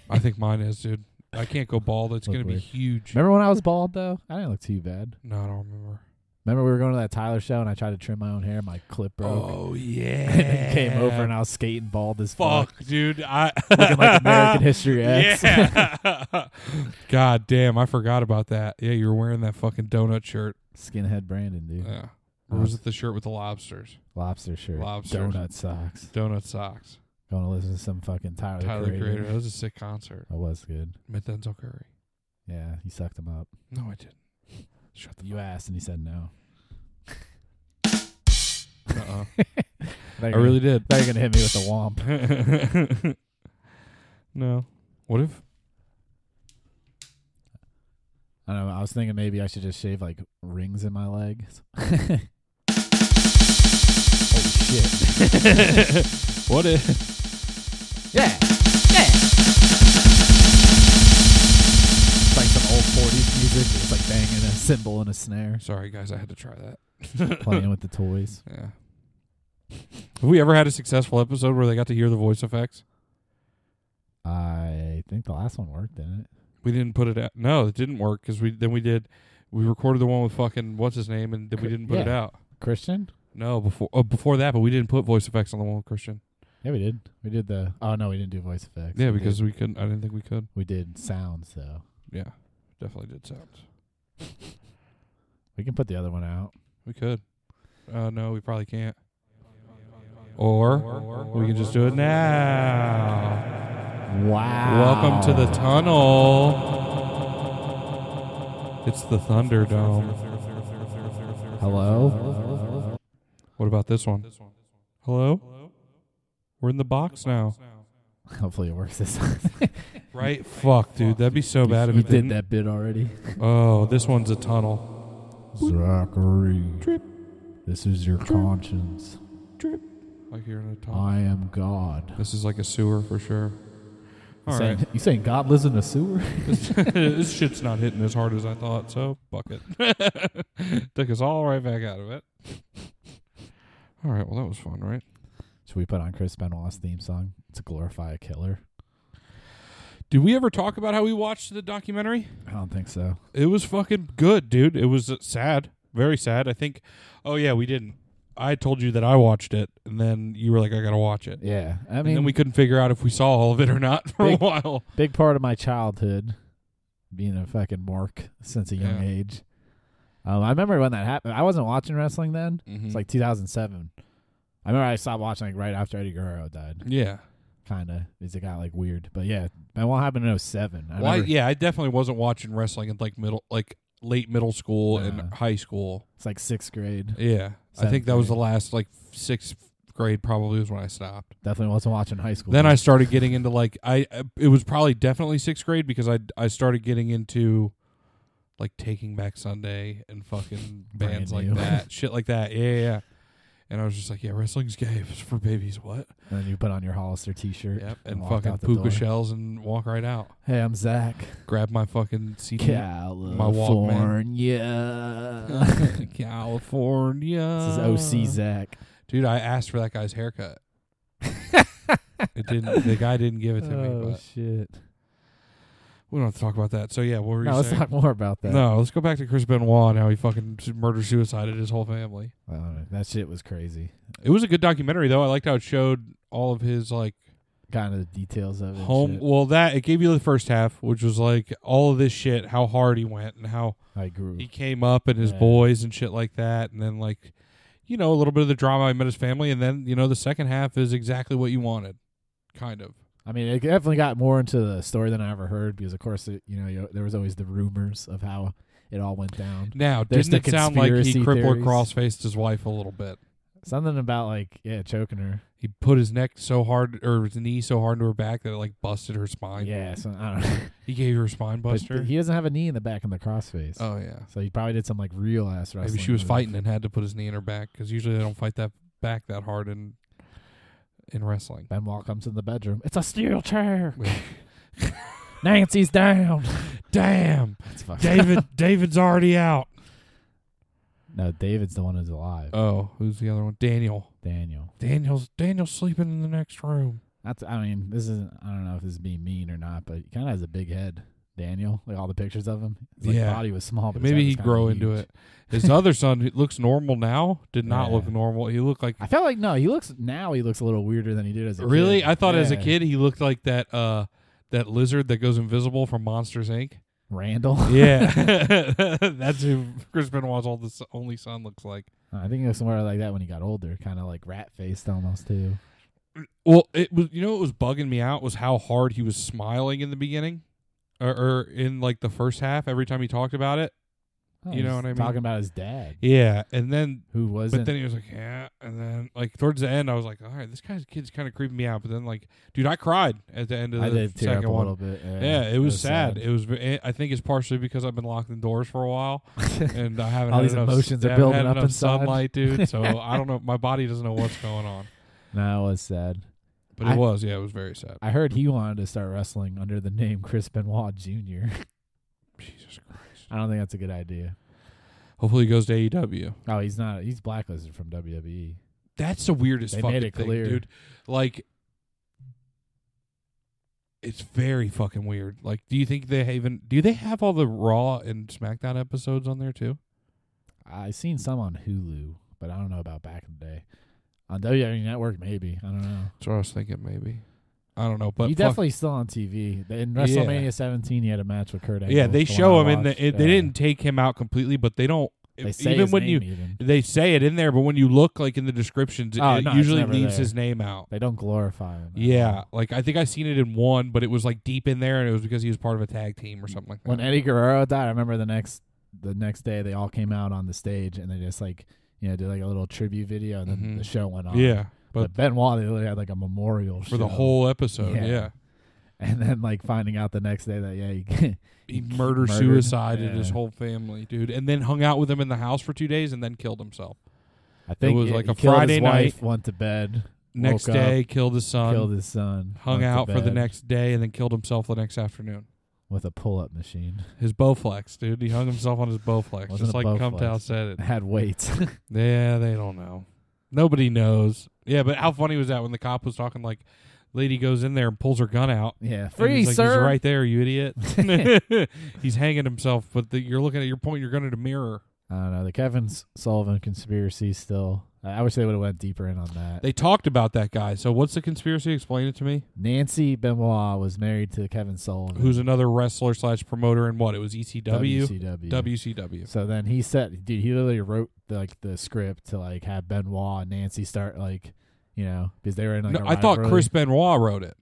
Speaker 2: I think mine is, dude. I can't go bald. It's
Speaker 3: Look
Speaker 2: gonna be
Speaker 3: weird.
Speaker 2: huge.
Speaker 3: Remember when I was bald though? I didn't look too bad.
Speaker 2: No, I don't remember.
Speaker 3: Remember we were going to that Tyler show and I tried to trim my own hair. My clip broke.
Speaker 2: Oh
Speaker 3: And
Speaker 2: yeah.
Speaker 3: it came over and I was skating bald as fuck,
Speaker 2: fuck, dude. I
Speaker 3: looking like American History X.
Speaker 2: Yeah. God damn, I forgot about that. Yeah, you were wearing that fucking donut shirt.
Speaker 3: Skinhead Brandon, dude.
Speaker 2: Yeah. Or was it the shirt with the lobsters?
Speaker 3: Lobster shirt.
Speaker 2: Lobster.
Speaker 3: Donut socks.
Speaker 2: Donut socks.
Speaker 3: Going to listen to some fucking Tyler,
Speaker 2: Tyler
Speaker 3: Creator.
Speaker 2: Creator. That was a sick concert.
Speaker 3: That was good.
Speaker 2: Met Denzel Curry.
Speaker 3: Yeah, he sucked him up.
Speaker 2: No, I didn't. Shut the
Speaker 3: You asked and he said no.
Speaker 2: uh
Speaker 3: I
Speaker 2: I really did.
Speaker 3: thought you were gonna hit me with the womp. Uh-uh.
Speaker 2: no. What if
Speaker 3: I don't know. I was thinking maybe I should just shave like rings in my legs. Holy shit!
Speaker 2: what if
Speaker 3: Yeah, yeah. It's like some old '40s music. It's like banging a cymbal and a snare,
Speaker 2: Sorry guys, I had to try that.
Speaker 3: playing with the toys.
Speaker 2: Yeah. Have we ever had a successful episode where they got to hear the voice effects?
Speaker 3: I think the last one worked, didn't it?
Speaker 2: We didn't put it out. No, it didn't work because we then we did. We recorded the one with fucking what's his name, and then we
Speaker 3: Cr-
Speaker 2: didn't put it
Speaker 3: yeah.
Speaker 2: out.
Speaker 3: Christian?
Speaker 2: No, before uh, before that, but we didn't put voice effects on the one with Christian.
Speaker 3: Yeah, we did. We did the. Oh no, we didn't do voice effects.
Speaker 2: Yeah,
Speaker 3: We
Speaker 2: because
Speaker 3: did-
Speaker 2: we couldn't. I didn't think we could.
Speaker 3: we did sounds though.
Speaker 2: Yeah, definitely did sounds.
Speaker 3: We can put the other one out.
Speaker 2: We could. Uh, no, we probably can't. Or, we can just do it now.
Speaker 3: Wow.
Speaker 2: Welcome to the tunnel. It's the Thunderdome.
Speaker 3: Hello.
Speaker 2: What about this one? Hello? We're in the box now.
Speaker 3: Hopefully it works this time.
Speaker 2: Right? Fuck, dude. That'd be so bad if
Speaker 3: you
Speaker 2: it
Speaker 3: did
Speaker 2: didn't.
Speaker 3: that bit already.
Speaker 2: Oh, this one's a tunnel.
Speaker 3: Zachary. This is your conscience.
Speaker 2: Like you're in a tunnel.
Speaker 3: I am God.
Speaker 2: This is like a sewer for sure. All
Speaker 3: saying,
Speaker 2: right.
Speaker 3: You saying God lives in a sewer?
Speaker 2: this shit's not hitting as hard as I thought, so fuck it. Took us all right back out of it. All right, well, that was fun, right?
Speaker 3: Should we put on Chris Benoit's theme song to glorify a killer?
Speaker 2: Did we ever talk about how we watched the documentary?
Speaker 3: I don't think so.
Speaker 2: It was fucking good, dude. It was uh, sad, very sad. I think, oh, yeah, we didn't. I told you that I watched it, and then you were like, I gotta watch it.
Speaker 3: Yeah. I
Speaker 2: and
Speaker 3: mean,
Speaker 2: then we couldn't figure out if we saw all of it or not for
Speaker 3: Big-
Speaker 2: a while.
Speaker 3: big part of my childhood being a fucking mark since a young
Speaker 2: Yeah.
Speaker 3: age. Um, I remember when that happened. I wasn't watching wrestling then.
Speaker 2: Mm-hmm.
Speaker 3: It's like 2007. I remember I stopped watching like right after Eddie Guerrero died.
Speaker 2: yeah.
Speaker 3: kind of is it got like weird but yeah and what happened in 07 I
Speaker 2: Well, I,
Speaker 3: remember-
Speaker 2: yeah, I definitely wasn't watching wrestling in like middle, like late middle school and
Speaker 3: Uh-huh.
Speaker 2: high school.
Speaker 3: it's like sixth grade
Speaker 2: Yeah, I
Speaker 3: Seventh
Speaker 2: think that was the
Speaker 3: grade.
Speaker 2: last like sixth grade probably was when I stopped.
Speaker 3: definitely wasn't watching high school
Speaker 2: Then I started getting into like I I- it was probably definitely sixth grade because I I started getting into like Taking Back Sunday and fucking
Speaker 3: Brand
Speaker 2: bands like
Speaker 3: new.
Speaker 2: that, shit like that. Yeah, yeah. yeah. And I was just like, yeah, wrestling's gay. It's for babies. What?
Speaker 3: and then you put on your hollister t-shirt
Speaker 2: Yep. And,
Speaker 3: walk
Speaker 2: fucking
Speaker 3: out the
Speaker 2: puka
Speaker 3: door.
Speaker 2: shells and walk right out.
Speaker 3: hey i'm zach
Speaker 2: Grab my fucking CD.
Speaker 3: california
Speaker 2: California.
Speaker 3: this is oc zach
Speaker 2: Dude, I asked for that guy's haircut. it didn't. The guy didn't give it to me.
Speaker 3: oh
Speaker 2: But
Speaker 3: shit
Speaker 2: we don't have to talk about that. So yeah, what were you
Speaker 3: no let's
Speaker 2: saying?
Speaker 3: talk more about that
Speaker 2: no, let's go back to Chris Benoit and how he fucking murder suicided his whole family.
Speaker 3: I don't know. that shit was crazy
Speaker 2: It was a good documentary though. I liked how it showed all of his like
Speaker 3: kind of the details of it and
Speaker 2: home.
Speaker 3: shit.
Speaker 2: Well, that it gave you the first half, which was like all of this shit, how hard he went and how
Speaker 3: i grew
Speaker 2: he came up and his
Speaker 3: Yeah.
Speaker 2: boys and shit like that and then like you know a little bit of the drama he met his family and then you know the second half is exactly what you wanted kind of
Speaker 3: i mean it definitely got more into the story than i ever heard because of course it, you know you, there was always the rumors of how it all went down
Speaker 2: now
Speaker 3: There's
Speaker 2: didn't it
Speaker 3: the
Speaker 2: sound like he
Speaker 3: conspiracy
Speaker 2: crippled
Speaker 3: theories.
Speaker 2: crossfaced his wife a little bit
Speaker 3: something about like yeah choking her
Speaker 2: he put his neck so hard or his knee so hard into her back that it like busted her spine
Speaker 3: Yeah, so I don't know.
Speaker 2: he gave her a spine
Speaker 3: But
Speaker 2: buster
Speaker 3: he doesn't have a knee in the back in the crossface.
Speaker 2: oh yeah
Speaker 3: So he probably did some like real ass wrestling.
Speaker 2: maybe she was
Speaker 3: move.
Speaker 2: fighting and had to put his knee in her back because usually they don't fight that back that hard in in wrestling
Speaker 3: Benoit comes in the bedroom. It's a steel chair.
Speaker 1: Nancy's down.
Speaker 2: Damn,
Speaker 3: That's fucked.
Speaker 2: David. David's already out.
Speaker 3: no, David's the one who's alive.
Speaker 2: Oh, who's the other one? Daniel.
Speaker 3: Daniel.
Speaker 2: Daniel's Daniel's sleeping in the next room.
Speaker 3: That's. I mean, this is. I don't know if this is being mean or not, but he kind of has a big head. Daniel, like all the pictures of him. His like,
Speaker 2: Yeah.
Speaker 3: body was small, but his
Speaker 2: Maybe
Speaker 3: head was
Speaker 2: he'd
Speaker 3: kinda
Speaker 2: grow into
Speaker 3: huge.
Speaker 2: it. His other son who looks normal now. Did not look
Speaker 3: Yeah.
Speaker 2: normal. He looked like
Speaker 3: I felt like no. He looks now. He looks a little weirder than he did as a
Speaker 2: really.
Speaker 3: kid.
Speaker 2: I thought as a
Speaker 3: Yeah.
Speaker 2: kid he looked like that uh that lizard that goes invisible from Monsters Inc.
Speaker 3: Randall.
Speaker 2: Yeah, that's who Chris Benoit's all the s- only son looks like.
Speaker 3: I think it was somewhere like that when he got older, kind of like rat faced almost too.
Speaker 2: Well, it was you know what was bugging me out was how hard he was smiling in the beginning, or, or in like the first half. Every time he talked about it,
Speaker 3: Oh,
Speaker 2: You
Speaker 3: he's
Speaker 2: know what I mean?
Speaker 3: Talking about his dad,
Speaker 2: yeah, and then
Speaker 3: who wasn't.
Speaker 2: but then he was like yeah, and then like towards the end I was like all right, this guy's kid's kind of creeping me out. But then like dude, I cried at the end of
Speaker 3: I
Speaker 2: the
Speaker 3: did tear up a
Speaker 2: second one.
Speaker 3: little bit. Yeah,
Speaker 2: Yeah, it was sad. It was. ve- eh, I think it's partially because I've been locked indoors for a while, and I haven't
Speaker 3: All
Speaker 2: had
Speaker 3: these
Speaker 2: enough,
Speaker 3: emotions are
Speaker 2: haven't
Speaker 3: building
Speaker 2: had
Speaker 3: up
Speaker 2: enough
Speaker 3: inside.
Speaker 2: sunlight, dude. So I don't know. My body doesn't know what's going on.
Speaker 3: no, it was sad.
Speaker 2: But it
Speaker 3: I-
Speaker 2: was, yeah, it was very sad.
Speaker 3: I heard he wanted to start wrestling under the name Chris Benoit Jr.
Speaker 2: Jesus Christ.
Speaker 3: I don't think that's a good idea.
Speaker 2: Hopefully, he goes to E AEW.
Speaker 3: Oh, he's not. He's blacklisted from WWE.
Speaker 2: That's the weirdest
Speaker 3: They made
Speaker 2: fucking
Speaker 3: it
Speaker 2: thing,
Speaker 3: clear.
Speaker 2: dude. Like, it's very fucking weird. Like, do you think they even do they have all the Raw and SmackDown episodes on there too?
Speaker 3: I seen some on Hulu, but I don't know about back in the day. On WWE Network, maybe I don't know.
Speaker 2: That's what I was thinking. Maybe I don't know, but
Speaker 3: you
Speaker 2: fuck-
Speaker 3: definitely still on TV. In
Speaker 2: Yeah.
Speaker 3: WrestleMania 17, he had a match with Kurt Angle.
Speaker 2: yeah, they
Speaker 3: from
Speaker 2: show
Speaker 3: what I
Speaker 2: him in the.
Speaker 3: watched.
Speaker 2: It, They
Speaker 3: Yeah.
Speaker 2: didn't take him out completely, but they don't. e,
Speaker 3: They say
Speaker 2: even
Speaker 3: his
Speaker 2: when you
Speaker 3: name even.
Speaker 2: they say it in there, but when you look like in the descriptions,
Speaker 3: Oh,
Speaker 2: it
Speaker 3: no, it's
Speaker 2: usually
Speaker 3: never
Speaker 2: leaves
Speaker 3: there.
Speaker 2: his name out.
Speaker 3: they don't glorify him. at all.
Speaker 2: Yeah, like I think I seen it in one, but it was like deep in there, and it was because he was part of a tag team or something like that.
Speaker 3: When Eddie Guerrero died, I remember the next the next day they all came out on the stage and they just like you know did like a little tribute video and then
Speaker 2: Mhm.
Speaker 3: the show went on.
Speaker 2: yeah, but,
Speaker 3: But, Benoit, they literally had like a memorial
Speaker 2: for the
Speaker 3: show.
Speaker 2: whole episode, yeah,
Speaker 3: Yeah. and then like finding out the next day that yeah, he, he
Speaker 2: he murder suicided
Speaker 3: Yeah.
Speaker 2: his whole family, dude, and then hung out with him in the house for two days, and then killed himself.
Speaker 3: I think
Speaker 2: was
Speaker 3: he-
Speaker 2: like
Speaker 3: he
Speaker 2: a
Speaker 3: killed his
Speaker 2: Friday
Speaker 3: wife, went to bed,
Speaker 2: Next
Speaker 3: Woke up,
Speaker 2: day, killed his son,
Speaker 3: killed his son,
Speaker 2: hung
Speaker 3: went to
Speaker 2: out for the
Speaker 3: bed
Speaker 2: next day, and then killed himself the next afternoon.
Speaker 3: with a pull-up machine.
Speaker 2: His Bowflex, dude. He hung himself on his Bowflex,
Speaker 3: Wasn't
Speaker 2: just
Speaker 3: a
Speaker 2: like
Speaker 3: Bowflex.
Speaker 2: Cumtow said it.
Speaker 3: Had weights.
Speaker 2: Yeah, they don't know. Nobody knows. Yeah, but how funny was that when the cop was talking like lady goes in there and pulls her gun out.
Speaker 3: yeah,
Speaker 2: And
Speaker 3: free
Speaker 2: he's like, He's
Speaker 3: sir.
Speaker 2: right there, you idiot. he's hanging himself, but the, you're looking at your point. You're going at a mirror.
Speaker 3: I don't know the Kevin S- Sullivan conspiracy. Still, I I wish they would have went deeper in on that.
Speaker 2: They talked about that guy. So what's the conspiracy? Explain it to me.
Speaker 3: Nancy Benoit was married to Kevin Sullivan,
Speaker 2: Who's another wrestler slash promoter and what? It was E ECW,
Speaker 3: WCW.
Speaker 2: WCW.
Speaker 3: So then he said, dude, he literally wrote the, like the script to like have Benoit and Nancy start like, you know, because they were in like.
Speaker 2: No,
Speaker 3: a
Speaker 2: I thought
Speaker 3: rivalry.
Speaker 2: Chris Benoit wrote it.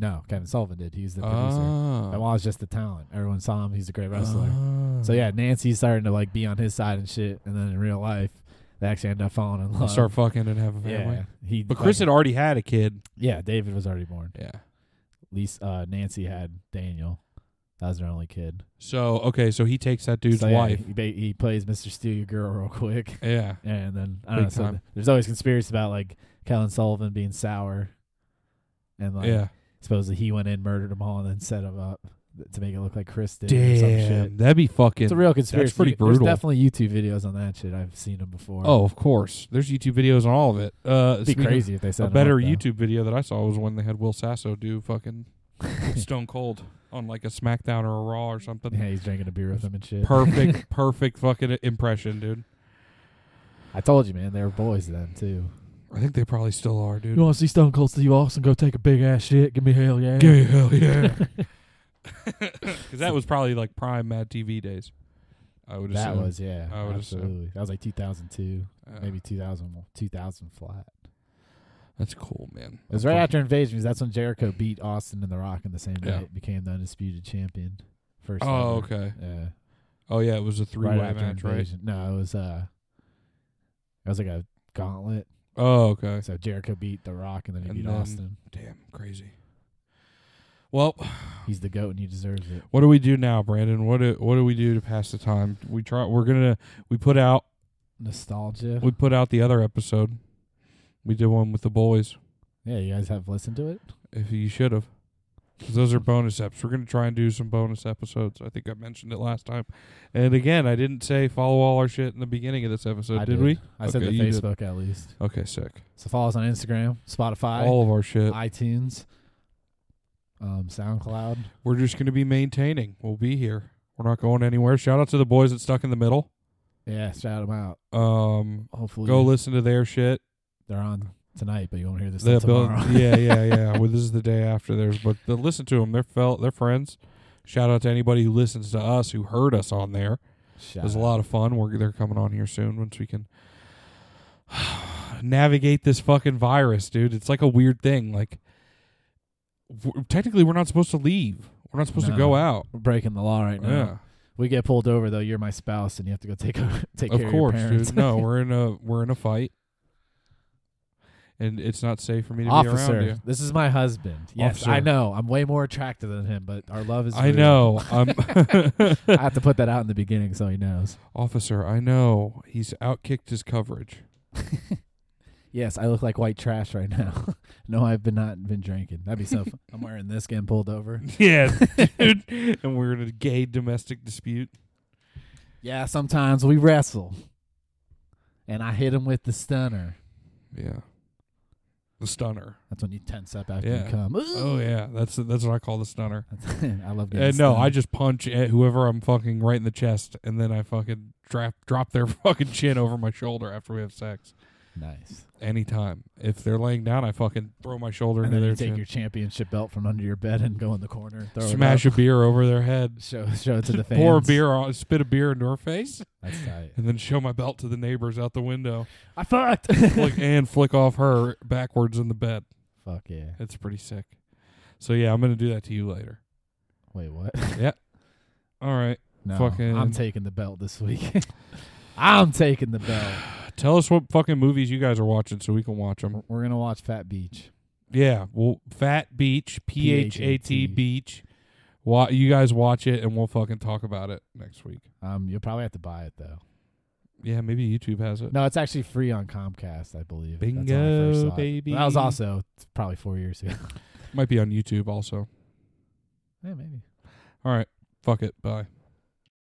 Speaker 3: No, Kevin Sullivan did. He's the producer.
Speaker 2: Ah.
Speaker 3: Benoit was just the talent. Everyone saw him. He's a great wrestler.
Speaker 2: Ah.
Speaker 3: So yeah, Nancy's starting to like be on his side and shit, and then in real life, they actually end up falling in love.
Speaker 2: start fucking and have a family.
Speaker 3: yeah, he.
Speaker 2: But Chris had
Speaker 3: fucking-
Speaker 2: already had a kid.
Speaker 3: yeah, David was already born.
Speaker 2: Yeah.
Speaker 3: Lisa, uh, Nancy had Daniel. That was her only kid.
Speaker 2: So okay, so he takes that dude's
Speaker 3: So, yeah,
Speaker 2: wife.
Speaker 3: He, ba- he plays Mr. Steal Your Girl real quick,
Speaker 2: Yeah.
Speaker 3: and then I
Speaker 2: Big
Speaker 3: don't know. So
Speaker 2: time.
Speaker 3: th- there's always conspiracy about like Kellen Sullivan being sour, and like
Speaker 2: yeah.
Speaker 3: supposedly he went in, murdered them all, and then set them up th- to make it look like Chris did. Or some shit.
Speaker 2: that'd be fucking.
Speaker 3: It's a real conspiracy.
Speaker 2: pretty
Speaker 3: You-
Speaker 2: brutal.
Speaker 3: There's definitely YouTube videos on that shit. I've seen them before.
Speaker 2: oh, of course. There's YouTube videos on all of it. Uh,
Speaker 3: it'd be
Speaker 2: speaking of-
Speaker 3: crazy if they set
Speaker 2: A
Speaker 3: 'em
Speaker 2: better
Speaker 3: up, though.
Speaker 2: YouTube video that I saw was when they had Will Sasso do fucking Stone Cold on like a SmackDown or a Raw or something.
Speaker 3: Yeah, he's drinking a beer with them and shit.
Speaker 2: Perfect, perfect fucking impression, dude.
Speaker 3: I told you, man, they were boys then too.
Speaker 2: I think they probably still are, dude.
Speaker 3: want to see Stone Cold Steve Austin go take a big ass shit? Give me hell yeah.
Speaker 2: Yeah, hell yeah. Because that was probably like prime Mad TV days. I would
Speaker 3: That
Speaker 2: assume.
Speaker 3: was yeah,
Speaker 2: I would assume.
Speaker 3: absolutely. That was like 2002,
Speaker 2: Uh,
Speaker 3: maybe 2000, 2000 flat.
Speaker 2: that's cool, man.
Speaker 3: It was right after Invasion because that's when Jericho beat Austin and The Rock in the same
Speaker 2: Yeah.
Speaker 3: night, became the undisputed champion. First.
Speaker 2: Oh,
Speaker 3: ever.
Speaker 2: okay.
Speaker 3: Yeah.
Speaker 2: Oh yeah, it was a three-way
Speaker 3: right after
Speaker 2: match, right?
Speaker 3: Invasion. No, it was uh, it was like a gauntlet.
Speaker 2: Oh, okay.
Speaker 3: So Jericho beat The Rock and then he
Speaker 2: And
Speaker 3: beat
Speaker 2: then-
Speaker 3: Austin.
Speaker 2: Damn, crazy. Well,
Speaker 3: He's the goat and he deserves it.
Speaker 2: what do we do now, Brandon? What do what do we do to pass the time? We try. We're gonna we put out
Speaker 3: Nostalgia.
Speaker 2: we put out the other episode. We did one with the boys.
Speaker 3: Yeah, you guys have listened to it.
Speaker 2: If you should have, 'Cause those are bonus eps. We're going to try and do some bonus episodes. I think I mentioned it last time. And again, I didn't say follow all our shit in the beginning of this episode,
Speaker 3: I
Speaker 2: did, we?
Speaker 3: I said
Speaker 2: Okay,
Speaker 3: the
Speaker 2: you did.
Speaker 3: Facebook at least.
Speaker 2: Okay, sick.
Speaker 3: So follow us on Instagram, Spotify,
Speaker 2: all of our shit.
Speaker 3: iTunes, um, SoundCloud.
Speaker 2: We're just going to be maintaining. We'll be here. We're not going anywhere. Shout out to the boys at Stuck in the Middle.
Speaker 3: Yeah, shout them out.
Speaker 2: Um,
Speaker 3: Hopefully,
Speaker 2: go listen to their shit.
Speaker 3: they're on tonight, but you won't hear this
Speaker 2: The
Speaker 3: till
Speaker 2: bill-
Speaker 3: tomorrow.
Speaker 2: yeah, yeah, yeah. well, this is the day after theirs, but the, listen to them. They're fel- they're friends. Shout out to anybody who listens to us who heard us on there. It
Speaker 3: Shout
Speaker 2: was a
Speaker 3: out.
Speaker 2: lot of fun. We're they're coming on here soon once we can navigate this fucking virus, dude. It's like a weird thing. Like w- technically, we're not supposed to leave. We're not supposed to
Speaker 3: No.
Speaker 2: go out.
Speaker 3: We're breaking the law right now.
Speaker 2: Yeah,
Speaker 3: We get pulled over though. You're my spouse, and you have to go take over, take
Speaker 2: of
Speaker 3: care
Speaker 2: course,
Speaker 3: of your parents.
Speaker 2: dude. No, we're in a we're in a fight, and it's not safe for me to be around you.
Speaker 3: Officer, this is my husband. Yes, I
Speaker 2: Officer.
Speaker 3: know. I'm way more attractive than him, but our love is.
Speaker 2: I
Speaker 3: real.
Speaker 2: know. I'm
Speaker 3: I have to put that out in the beginning so he knows.
Speaker 2: officer. I know he's outkicked his coverage.
Speaker 3: Yes, I look like white trash right now. no, I've been not been drinking. That'd be so. Fun. I'm wearing this, getting pulled over.
Speaker 2: Yeah, dude. and we're in a gay domestic dispute.
Speaker 3: Yeah, sometimes we wrestle, and I hit him with the stunner.
Speaker 2: Yeah, the stunner.
Speaker 3: That's when you tense up after
Speaker 2: Yeah.
Speaker 3: you come.
Speaker 2: Oh yeah, that's that's what I call the stunner.
Speaker 3: I love getting.
Speaker 2: And no, I
Speaker 3: stunned.
Speaker 2: just punch at whoever I'm fucking right in the chest, and then I fucking drop drop their fucking chin over my shoulder after we have sex.
Speaker 3: nice.
Speaker 2: Anytime, if they're laying down, I fucking throw my shoulder
Speaker 3: And then
Speaker 2: into their
Speaker 3: you take
Speaker 2: chin,
Speaker 3: your championship belt from under your bed and go in the corner, and throw
Speaker 2: smash
Speaker 3: it,
Speaker 2: a beer over their head,
Speaker 3: up. show show it to the fans.
Speaker 2: pour a beer on, spit a beer into her face,
Speaker 3: That's tight.
Speaker 2: and then show my belt to the neighbors out the window,
Speaker 3: I fucked.
Speaker 2: flick, and flick off her backwards in the bed.
Speaker 3: Fuck yeah.
Speaker 2: It's pretty sick. So yeah, I'm gonna do that to you later.
Speaker 3: Wait, what?
Speaker 2: All right,
Speaker 3: No,
Speaker 2: Fucking-
Speaker 3: I'm taking the belt this week. I'm taking the belt.
Speaker 2: tell us what fucking movies you guys are watching so we can watch them.
Speaker 3: We're- We're gonna watch Fat Beach.
Speaker 2: Yeah, well, Fat Beach, P H A T
Speaker 3: P-H-A-T.
Speaker 2: Beach. Wa- you guys watch it, and we'll fucking talk about it next week.
Speaker 3: Um, you'll probably have to buy it though.
Speaker 2: Yeah, maybe YouTube has it.
Speaker 3: No, it's actually free on Comcast, I believe. That's when I
Speaker 2: Bingo,
Speaker 3: first saw it.
Speaker 2: baby.
Speaker 3: That was also probably four years ago.
Speaker 2: Might be on YouTube also.
Speaker 3: yeah, maybe.
Speaker 2: All right, fuck it. Bye.